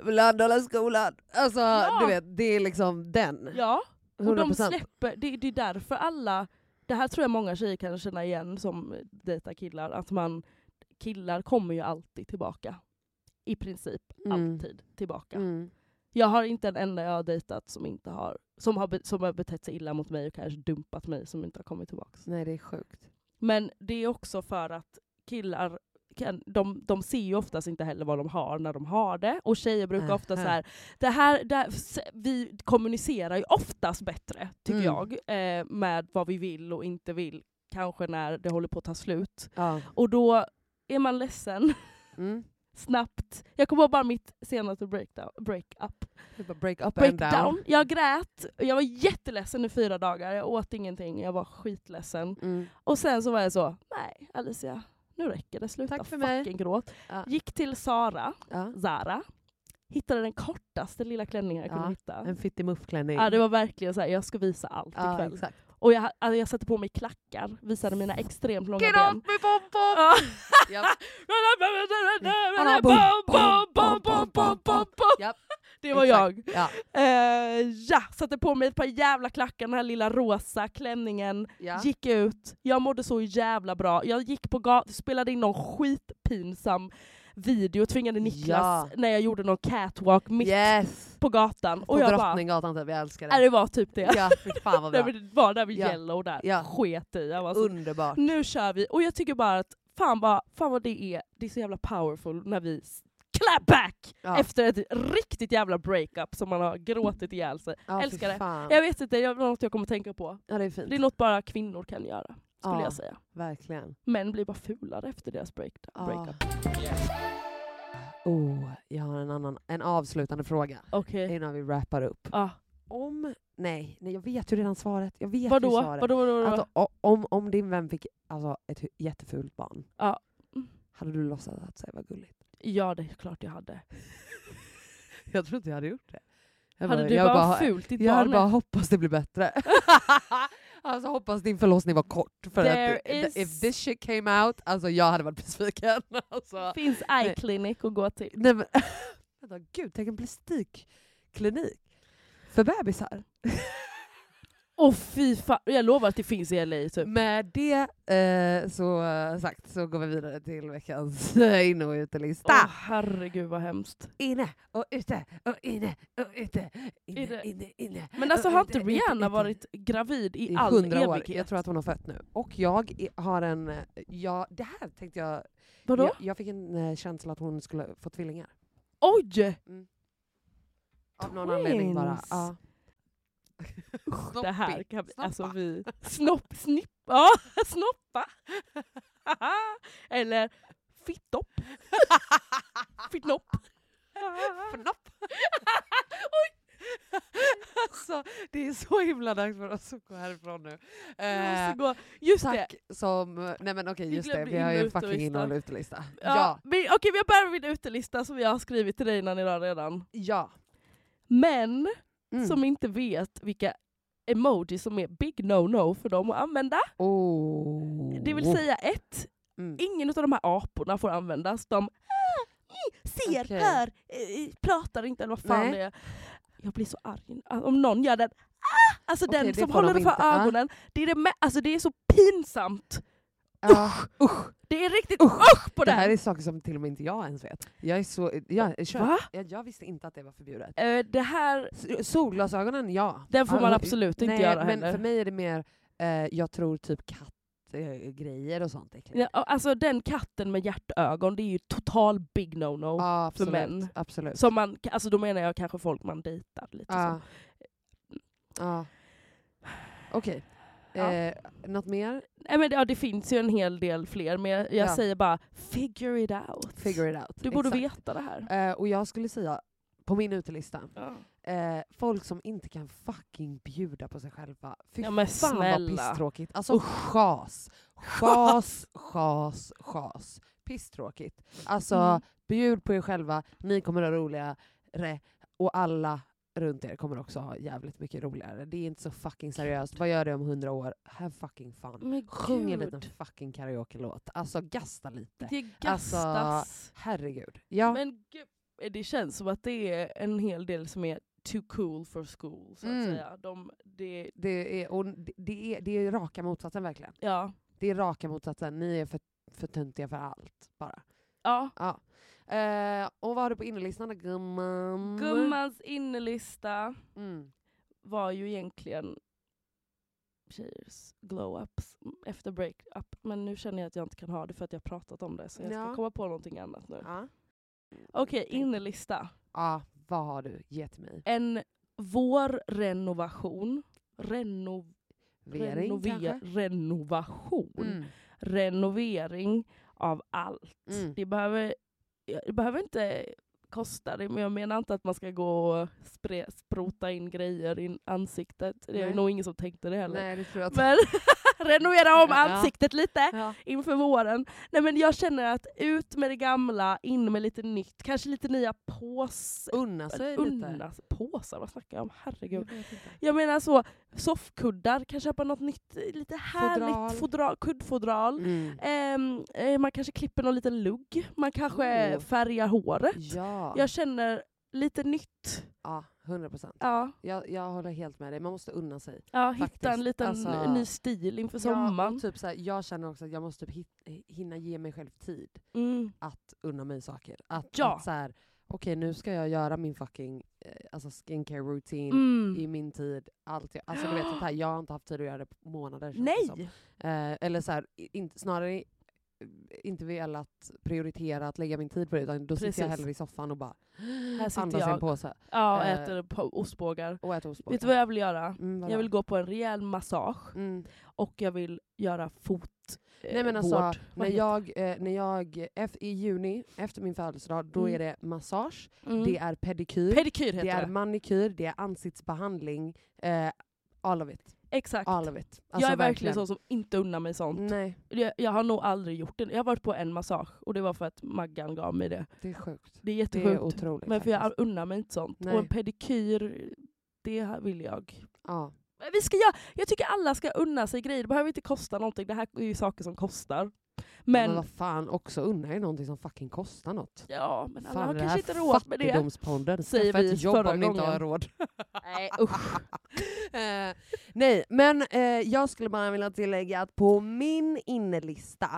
Speaker 2: Landala skolan. Alltså
Speaker 1: Ja.
Speaker 2: du vet, det är liksom den.
Speaker 1: Ja, och de
Speaker 2: 100%.
Speaker 1: släpper, det, det är därför alla, det här tror jag många tjejer kan känna igen som dejtar killar, att man, killar kommer ju alltid tillbaka. I princip
Speaker 2: Mm.
Speaker 1: alltid tillbaka.
Speaker 2: Mm.
Speaker 1: Jag har inte en enda jag har dejtat som, inte har, som, har, be- som har betett sig illa mot mig och kanske dumpat mig som inte har kommit tillbaka.
Speaker 2: Nej det är sjukt.
Speaker 1: Men det är också för att killar kan, de, de ser ju oftast inte heller vad de har när de har det. Och tjejer brukar ofta
Speaker 2: Aha.
Speaker 1: så här, det här, det här s- vi kommunicerar ju oftast bättre, tycker
Speaker 2: Mm.
Speaker 1: jag, eh, med vad vi vill och inte vill. Kanske när det håller på att ta slut.
Speaker 2: Ja.
Speaker 1: Och då är man ledsen [laughs]
Speaker 2: Mm.
Speaker 1: snabbt. Jag kommer ihåg bara mitt senaste breakdown, break-up.
Speaker 2: Det är bara Break up and down.
Speaker 1: Breakdown. Jag grät, jag var jätteledsen i fyra dagar, jag åt ingenting, jag var skitledsen.
Speaker 2: Mm.
Speaker 1: Och sen så var jag så, nej Alicia, nu räcker det. Sluta
Speaker 2: Tack för mig.
Speaker 1: fucking gråt.
Speaker 2: Ja.
Speaker 1: Gick till Sara,
Speaker 2: Ja.
Speaker 1: Zara, hittade den kortaste lilla klänningen jag
Speaker 2: Ja,
Speaker 1: kunde hitta.
Speaker 2: En fittig muffklänning.
Speaker 1: Ja, det var verkligen så här, jag ska visa allt
Speaker 2: ja,
Speaker 1: ikväll.
Speaker 2: exakt.
Speaker 1: Och jag, alltså, jag satte på mig klackar, visade mina extremt långa
Speaker 2: Get
Speaker 1: ben.
Speaker 2: off me pompom! [laughs]
Speaker 1: Ja.
Speaker 2: Japp.
Speaker 1: Bom, bom, bom, bom, bom, bom.
Speaker 2: [laughs] Japp,
Speaker 1: Det var
Speaker 2: exakt.
Speaker 1: jag.
Speaker 2: Ja,
Speaker 1: Eh, ja, satte på mig ett par jävla klackar, den här lilla rosa klänningen.
Speaker 2: ja.
Speaker 1: Gick ut, jag mådde så jävla bra. Jag gick på gatan, spelade in någon skitpinsam video, tvingade Niklas
Speaker 2: Ja.
Speaker 1: när jag gjorde någon catwalk mitt
Speaker 2: Yes!
Speaker 1: på gatan.
Speaker 2: På
Speaker 1: Och jag bara,
Speaker 2: Drottninggatan typ, jag älskar
Speaker 1: nej,
Speaker 2: det.
Speaker 1: det var typ det.
Speaker 2: Ja, fy fan vad
Speaker 1: [laughs] Nej,
Speaker 2: bra.
Speaker 1: men det var där vid
Speaker 2: Ja.
Speaker 1: Yellow där,
Speaker 2: Ja.
Speaker 1: sket i. Jag var så,
Speaker 2: Underbart.
Speaker 1: nu kör vi. Och jag tycker bara att fan vad, fan vad det är, det är så jävla powerful när vi s- clap back
Speaker 2: Ja.
Speaker 1: efter ett riktigt jävla breakup som man har gråtit ihjäl sig.
Speaker 2: Ja, fy
Speaker 1: älskar det.
Speaker 2: fan.
Speaker 1: Jag vet inte, det är något jag kommer tänka på.
Speaker 2: Ja, det är fint.
Speaker 1: Det är något bara kvinnor kan göra, skulle
Speaker 2: Ja.
Speaker 1: jag säga.
Speaker 2: Verkligen.
Speaker 1: Män blir bara fulare efter deras break,
Speaker 2: Ja.
Speaker 1: breakup.
Speaker 2: Oh, jag har en, annan, en avslutande fråga
Speaker 1: Okej.
Speaker 2: innan vi wrappar upp.
Speaker 1: Ah,
Speaker 2: Om... Nej, nej jag vet ju redan svaret. Jag vet
Speaker 1: vadå?
Speaker 2: ju svaret.
Speaker 1: Vadå? Vadå? vadå?
Speaker 2: Alltså, o- om, om din vän fick alltså, ett hu- jättefult barn,
Speaker 1: Ja.
Speaker 2: hade du låtsats att det var gulligt?
Speaker 1: ja, det är klart jag hade.
Speaker 2: [laughs] Jag tror inte jag hade gjort det. Jag
Speaker 1: hade
Speaker 2: bara-
Speaker 1: du
Speaker 2: jag
Speaker 1: bara,
Speaker 2: bara,
Speaker 1: fult ditt
Speaker 2: Jag hade
Speaker 1: barn?
Speaker 2: bara hoppas det blir
Speaker 1: [laughs]
Speaker 2: bättre. [laughs] alltså hoppas din förlossning var kort. För
Speaker 1: There
Speaker 2: att det-
Speaker 1: is-
Speaker 2: if this shit came out, alltså jag hade varit besviken. [laughs] Alltså.
Speaker 1: Finns eye clinic att gå till?
Speaker 2: Nej, men, [laughs] vänta, gud, tänk en plastikklinik för
Speaker 1: [laughs]
Speaker 2: bebisar.
Speaker 1: Åh fy fan, jag lovar att det finns i LA typ.
Speaker 2: Med det eh, så eh, sagt så går vi vidare till veckans inne och utelista.
Speaker 1: Åh herregud vad hemskt.
Speaker 2: Inne och ute och inne och ute. Inne,
Speaker 1: Är det-
Speaker 2: inne, inne.
Speaker 1: Men alltså
Speaker 2: och
Speaker 1: har
Speaker 2: ute,
Speaker 1: inte
Speaker 2: ute,
Speaker 1: Rihanna
Speaker 2: ute.
Speaker 1: varit gravid i,
Speaker 2: i
Speaker 1: all
Speaker 2: hundra år.
Speaker 1: evighet?
Speaker 2: Jag tror att hon har fött nu. Och jag i- har en... eh, Ja, det här tänkte jag...
Speaker 1: Vadå?
Speaker 2: Jag, jag fick en eh, känsla att hon skulle få tvillingar.
Speaker 1: Oj!
Speaker 2: Av någon anledning bara.
Speaker 1: Twins.
Speaker 2: Ja. Snoppig.
Speaker 1: Det här [laughs] kan vi,
Speaker 2: Snoppa.
Speaker 1: alltså vi... Snopp, snipp, ja, [laughs]
Speaker 2: [laughs]
Speaker 1: snoppa! Eller fittopp. Fittnopp.
Speaker 2: Fnopp.
Speaker 1: [laughs]
Speaker 2: alltså, det är så himla dags för oss att gå härifrån nu.
Speaker 1: Jag
Speaker 2: Eh,
Speaker 1: måste gå. Just det.
Speaker 2: tack som... Nej men okej,
Speaker 1: Vi
Speaker 2: just det.
Speaker 1: glömde
Speaker 2: Vi har ju
Speaker 1: in-
Speaker 2: en
Speaker 1: och
Speaker 2: fucking
Speaker 1: utelista.
Speaker 2: innehåll och utelista.
Speaker 1: Ja,
Speaker 2: Ja.
Speaker 1: men, okej, vi har börjat med min utelista som jag har skrivit till dig innan idag redan.
Speaker 2: Ja.
Speaker 1: Men
Speaker 2: Mm.
Speaker 1: som inte vet vilka emojis som är big no-no för dem att använda.
Speaker 2: oh.
Speaker 1: Det vill säga ett,
Speaker 2: Mm.
Speaker 1: ingen av de här aporna får användas. De "Ah, mm, ser,
Speaker 2: Okej.
Speaker 1: hör, eh, pratar inte eller vad fan
Speaker 2: Nej.
Speaker 1: det är. Jag blir så arg nu. Alltså, om någon gör den. "Ah", Alltså
Speaker 2: Okej,
Speaker 1: den
Speaker 2: det
Speaker 1: som
Speaker 2: får de
Speaker 1: håller för
Speaker 2: inte, ah.
Speaker 1: ögonen. Det, är det, med, alltså, det är så pinsamt.
Speaker 2: Ja.
Speaker 1: Usch. Det är riktigt usch,
Speaker 2: Usch.
Speaker 1: på
Speaker 2: Det
Speaker 1: den.
Speaker 2: här är saker som till och med inte jag ens vet. Jag är så... Jag, kör.
Speaker 1: Va?
Speaker 2: Jag, jag visste inte att det var förbjudet.
Speaker 1: Eh, det här
Speaker 2: S- Solglasögonen, ja.
Speaker 1: den får man
Speaker 2: Alltså,
Speaker 1: absolut inte
Speaker 2: Nej,
Speaker 1: göra
Speaker 2: men
Speaker 1: heller.
Speaker 2: för mig är det mer, eh, jag tror typ kattgrejer eh, grejer och sånt. äckligt.
Speaker 1: Ja, alltså den katten med hjärtögon, det är ju total big no-no.
Speaker 2: Ja, absolut.
Speaker 1: män.
Speaker 2: Absolut.
Speaker 1: Som man, alltså då menar jag kanske folk man dejtar lite
Speaker 2: Ja.
Speaker 1: så.
Speaker 2: Ja. Okej.
Speaker 1: Ja.
Speaker 2: Eh, något mer?
Speaker 1: Nej, men, det- ja, det finns ju en hel del fler, men jag, jag
Speaker 2: Ja.
Speaker 1: säger bara figure it out.
Speaker 2: Figure it out.
Speaker 1: du borde
Speaker 2: Exakt.
Speaker 1: veta det här.
Speaker 2: Eh, och jag skulle säga, på min utelista, eh, folk som inte kan fucking bjuda på sig själva. Fy
Speaker 1: Ja, men
Speaker 2: fan vad
Speaker 1: snälla.
Speaker 2: pisstråkigt. Alltså chas. Chas, chas, chas. Pisstråkigt. Alltså
Speaker 1: Mm.
Speaker 2: bjud på er själva, ni kommer ha roligare och alla runt er kommer också ha jävligt mycket roligare. Det är inte så fucking seriöst. Vad gör du om hundra år? Have fucking fun.
Speaker 1: Men
Speaker 2: Sjung en
Speaker 1: Mm, gud.
Speaker 2: liten fucking karaoke-låt. Alltså gasta lite.
Speaker 1: Det
Speaker 2: Alltså,
Speaker 1: gastas.
Speaker 2: Herregud. Ja.
Speaker 1: Men gud, eh, det känns som att det är en hel del som är too cool for school, så att
Speaker 2: Mm.
Speaker 1: säga. De, det,
Speaker 2: Det är, och det, det, är, det är raka motsatsen verkligen.
Speaker 1: ja.
Speaker 2: Det är raka motsatsen. Ni är för, för töntiga för allt bara.
Speaker 1: ja.
Speaker 2: Ja. Eh, och vad har du på innerlistan då gumman?
Speaker 1: Gummans innelista.
Speaker 2: Mm.
Speaker 1: var ju egentligen tjejers glow-ups mm, efter break-up. Men nu känner jag att jag inte kan ha det för att jag har pratat om det. Så jag ska
Speaker 2: Ja.
Speaker 1: komma på någonting annat nu.
Speaker 2: Ja.
Speaker 1: Okej,
Speaker 2: Tänk.
Speaker 1: innerlista.
Speaker 2: Ja, vad har du gett mig?
Speaker 1: En vårrenovation. Reno,
Speaker 2: Vering
Speaker 1: renover,
Speaker 2: kanske?
Speaker 1: renovation.
Speaker 2: Mm.
Speaker 1: Renovering av allt.
Speaker 2: Mm.
Speaker 1: Det, behöver, det behöver inte kosta det, men jag menar inte att man ska gå och spre, sprota in grejer i ansiktet. Det är
Speaker 2: Nej.
Speaker 1: nog ingen som tänkte det heller.
Speaker 2: Nej, det tror jag inte.
Speaker 1: Men [laughs] renovera om
Speaker 2: Ja.
Speaker 1: ansiktet lite
Speaker 2: Ja.
Speaker 1: inför våren. Nej men jag känner att ut med det gamla, in med lite nytt, kanske lite nya påsar.
Speaker 2: Unna sig lite.
Speaker 1: Unnas, påsar, vad snackar jag om?
Speaker 2: Jag
Speaker 1: Herregud.
Speaker 2: vet inte.
Speaker 1: Jag menar så, soffkuddar, kan köpa något nytt, eh, lite härligt
Speaker 2: Fodral.
Speaker 1: fodral, kuddfodral.
Speaker 2: Mm.
Speaker 1: Ehm, eh, man kanske klipper någon liten lugg, man kanske
Speaker 2: Oh.
Speaker 1: färgar håret.
Speaker 2: Ja,
Speaker 1: Jag känner lite nytt.
Speaker 2: ja 100 procent.
Speaker 1: Ja,
Speaker 2: Jag, jag håller helt med dig, man måste unna sig.
Speaker 1: ja hitta en
Speaker 2: Faktiskt,
Speaker 1: liten
Speaker 2: alltså-
Speaker 1: ny stil inför
Speaker 2: Ja,
Speaker 1: sommaren.
Speaker 2: och typ så här, jag känner också att jag måste typ hit- hinna ge mig själv tid.
Speaker 1: Mm.
Speaker 2: att unna mig saker. Att,
Speaker 1: Ja.
Speaker 2: att så här, okej nu ska jag göra min fucking eh, alltså skincare routine
Speaker 1: Mm.
Speaker 2: i min tid. Allt jag, alltså du vet sånt här, jag har inte haft tid att göra det på månader. känns det som.
Speaker 1: Nej!
Speaker 2: Eh, eller så här, i- inte, snarare i- inte velat prioritera att lägga min tid på det utan då sitter jag
Speaker 1: Precis.
Speaker 2: hellre i soffan och bara
Speaker 1: Här sitter
Speaker 2: andas i en
Speaker 1: jag
Speaker 2: påse
Speaker 1: ja, och
Speaker 2: Eh,
Speaker 1: äter på ostbågar.
Speaker 2: och äter ostbågar.
Speaker 1: Vet du vad jag vill göra?
Speaker 2: Mm, vadå?
Speaker 1: Jag vill gå på en rejäl massage
Speaker 2: Mm.
Speaker 1: och jag vill göra fot... eh,
Speaker 2: Nej men alltså,
Speaker 1: vård. Vad
Speaker 2: när
Speaker 1: heter
Speaker 2: jag, eh, när jag ef- i juni, efter min födelsedag, då
Speaker 1: Mm.
Speaker 2: är det massage,
Speaker 1: det? Mm.
Speaker 2: det är pedikyr,
Speaker 1: Pedikyr heter
Speaker 2: Det är
Speaker 1: det.
Speaker 2: manikyr, det är ansiktsbehandling. Eh, all of it.
Speaker 1: Exakt.
Speaker 2: All Alltså, of it.
Speaker 1: jag är verkligen sån som inte unnar mig sånt.
Speaker 2: Nej,
Speaker 1: Jag, jag har nog aldrig gjort det. Jag har varit på en massage och det var för att Maggan gav mig det.
Speaker 2: det är sjukt.
Speaker 1: Det är
Speaker 2: Det
Speaker 1: jättesjukt.
Speaker 2: är otroligt.
Speaker 1: men för jag
Speaker 2: faktiskt.
Speaker 1: unnar mig inte sånt.
Speaker 2: Nej.
Speaker 1: Och en pedikyr, det här vill jag.
Speaker 2: Ja.
Speaker 1: Men Vi ska göra, jag tycker alla ska unna sig grejer. Det behöver inte kosta någonting. Det här är ju saker som kostar.
Speaker 2: Men,
Speaker 1: Men
Speaker 2: vad fan, också unna er någonting som fucking kostar något.
Speaker 1: Ja, men alla
Speaker 2: fan,
Speaker 1: har
Speaker 2: det
Speaker 1: kanske
Speaker 2: här
Speaker 1: inte råd med det.
Speaker 2: Fattigdomspodden.
Speaker 1: Säger
Speaker 2: Skaffa
Speaker 1: vi
Speaker 2: ett jobb
Speaker 1: förra
Speaker 2: om ni inte
Speaker 1: gången.
Speaker 2: har
Speaker 1: [laughs]
Speaker 2: råd.
Speaker 3: Nej, usch.
Speaker 2: Eh, nej, men eh, jag skulle bara vilja tillägga att på min innelista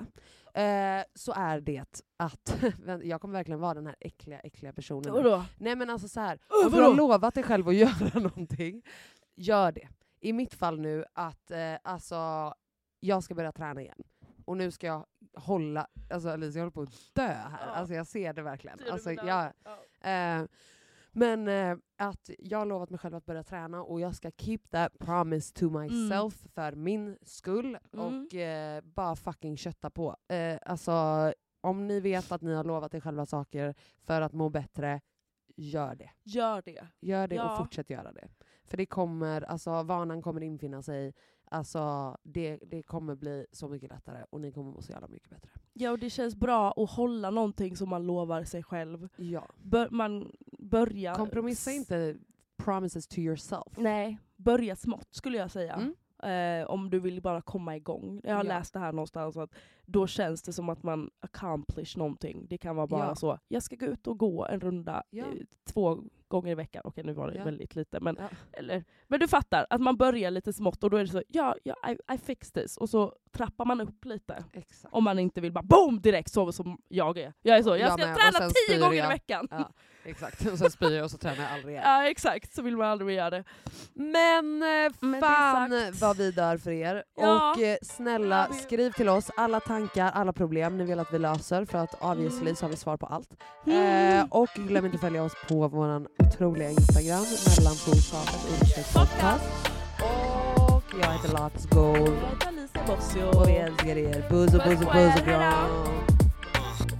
Speaker 2: eh, så är det att, [laughs] Vänta, jag kommer verkligen vara den här äckliga, äckliga personen. nu.
Speaker 1: Vadå?
Speaker 2: Nej men alltså så här,
Speaker 1: Öh,
Speaker 2: om du har
Speaker 1: vadå?
Speaker 2: lovat dig själv att [laughs] göra någonting, gör det. I mitt fall nu att eh, alltså, jag ska börja träna igen. Och nu ska jag hålla, alltså Alice jag håller på att dö här.
Speaker 1: Ja.
Speaker 2: Alltså jag ser det
Speaker 1: Ser
Speaker 2: verkligen.
Speaker 1: du
Speaker 2: Alltså,
Speaker 1: mina-
Speaker 2: jag,
Speaker 1: Ja.
Speaker 2: eh, men eh, att jag har lovat mig själv att börja träna och jag ska keep that promise to myself för min skull.
Speaker 1: Mm.
Speaker 2: Och eh, bara fucking kötta på. Eh, alltså om ni vet att ni har lovat er själva saker för att må bättre, gör det.
Speaker 1: Gör det.
Speaker 2: Gör det
Speaker 1: Ja.
Speaker 2: och fortsätt göra det. För det kommer, alltså vanan kommer infinna sig. Alltså det, det kommer bli så mycket lättare och ni kommer må så jävla mycket bättre.
Speaker 1: Ja, och det känns bra att hålla någonting som man lovar sig själv.
Speaker 2: Ja.
Speaker 1: Bör, man börjar...
Speaker 2: Kompromissa inte promises to yourself.
Speaker 1: Nej, börja smått skulle jag säga.
Speaker 2: Mm.
Speaker 1: Eh, om du vill bara komma igång. Jag har
Speaker 2: Ja.
Speaker 1: läst det här någonstans att då känns det som att man accomplish någonting. Det kan vara bara
Speaker 2: Ja.
Speaker 1: så, jag ska gå ut och gå en runda
Speaker 2: Ja.
Speaker 1: eh, två gånger i veckan. Okej nu var det
Speaker 2: Ja.
Speaker 1: väldigt lite men,
Speaker 2: Ja.
Speaker 1: eller, men du fattar, att man börjar lite smått och då är det så, ja, ja I, I fix this. Och så trappar man upp lite.
Speaker 2: Exakt.
Speaker 1: Om man inte vill bara boom direkt så som jag är. Jag är så, jag
Speaker 2: Jag
Speaker 1: ska
Speaker 2: med, och
Speaker 1: träna
Speaker 2: sen
Speaker 1: tio
Speaker 2: spyr
Speaker 1: gånger
Speaker 2: jag.
Speaker 1: i veckan. Ja.
Speaker 2: Ja, [laughs] exakt. Och sen spyr jag och så tränar jag aldrig igen.
Speaker 1: exakt, så vill man aldrig mer göra det.
Speaker 2: Men eh,
Speaker 1: Men det är
Speaker 2: fan
Speaker 1: sagt.
Speaker 2: vad vi dör för er.
Speaker 1: Ja.
Speaker 2: Och eh, snälla
Speaker 1: Ja, vi-
Speaker 2: skriv till oss alla tankar, alla problem ni vill att vi löser för att obviously så har vi svar på allt. Eh, och glöm inte att följa oss på våran otroliga Instagram, mellanpolskapet understreck podcast. Och jag heter Lots Gold
Speaker 1: Jag heter Lisa Bossio.
Speaker 2: och vi älskar er. Puss och
Speaker 1: Puss
Speaker 2: puss och
Speaker 1: på
Speaker 2: puss och
Speaker 1: er, hejdå.
Speaker 2: kram.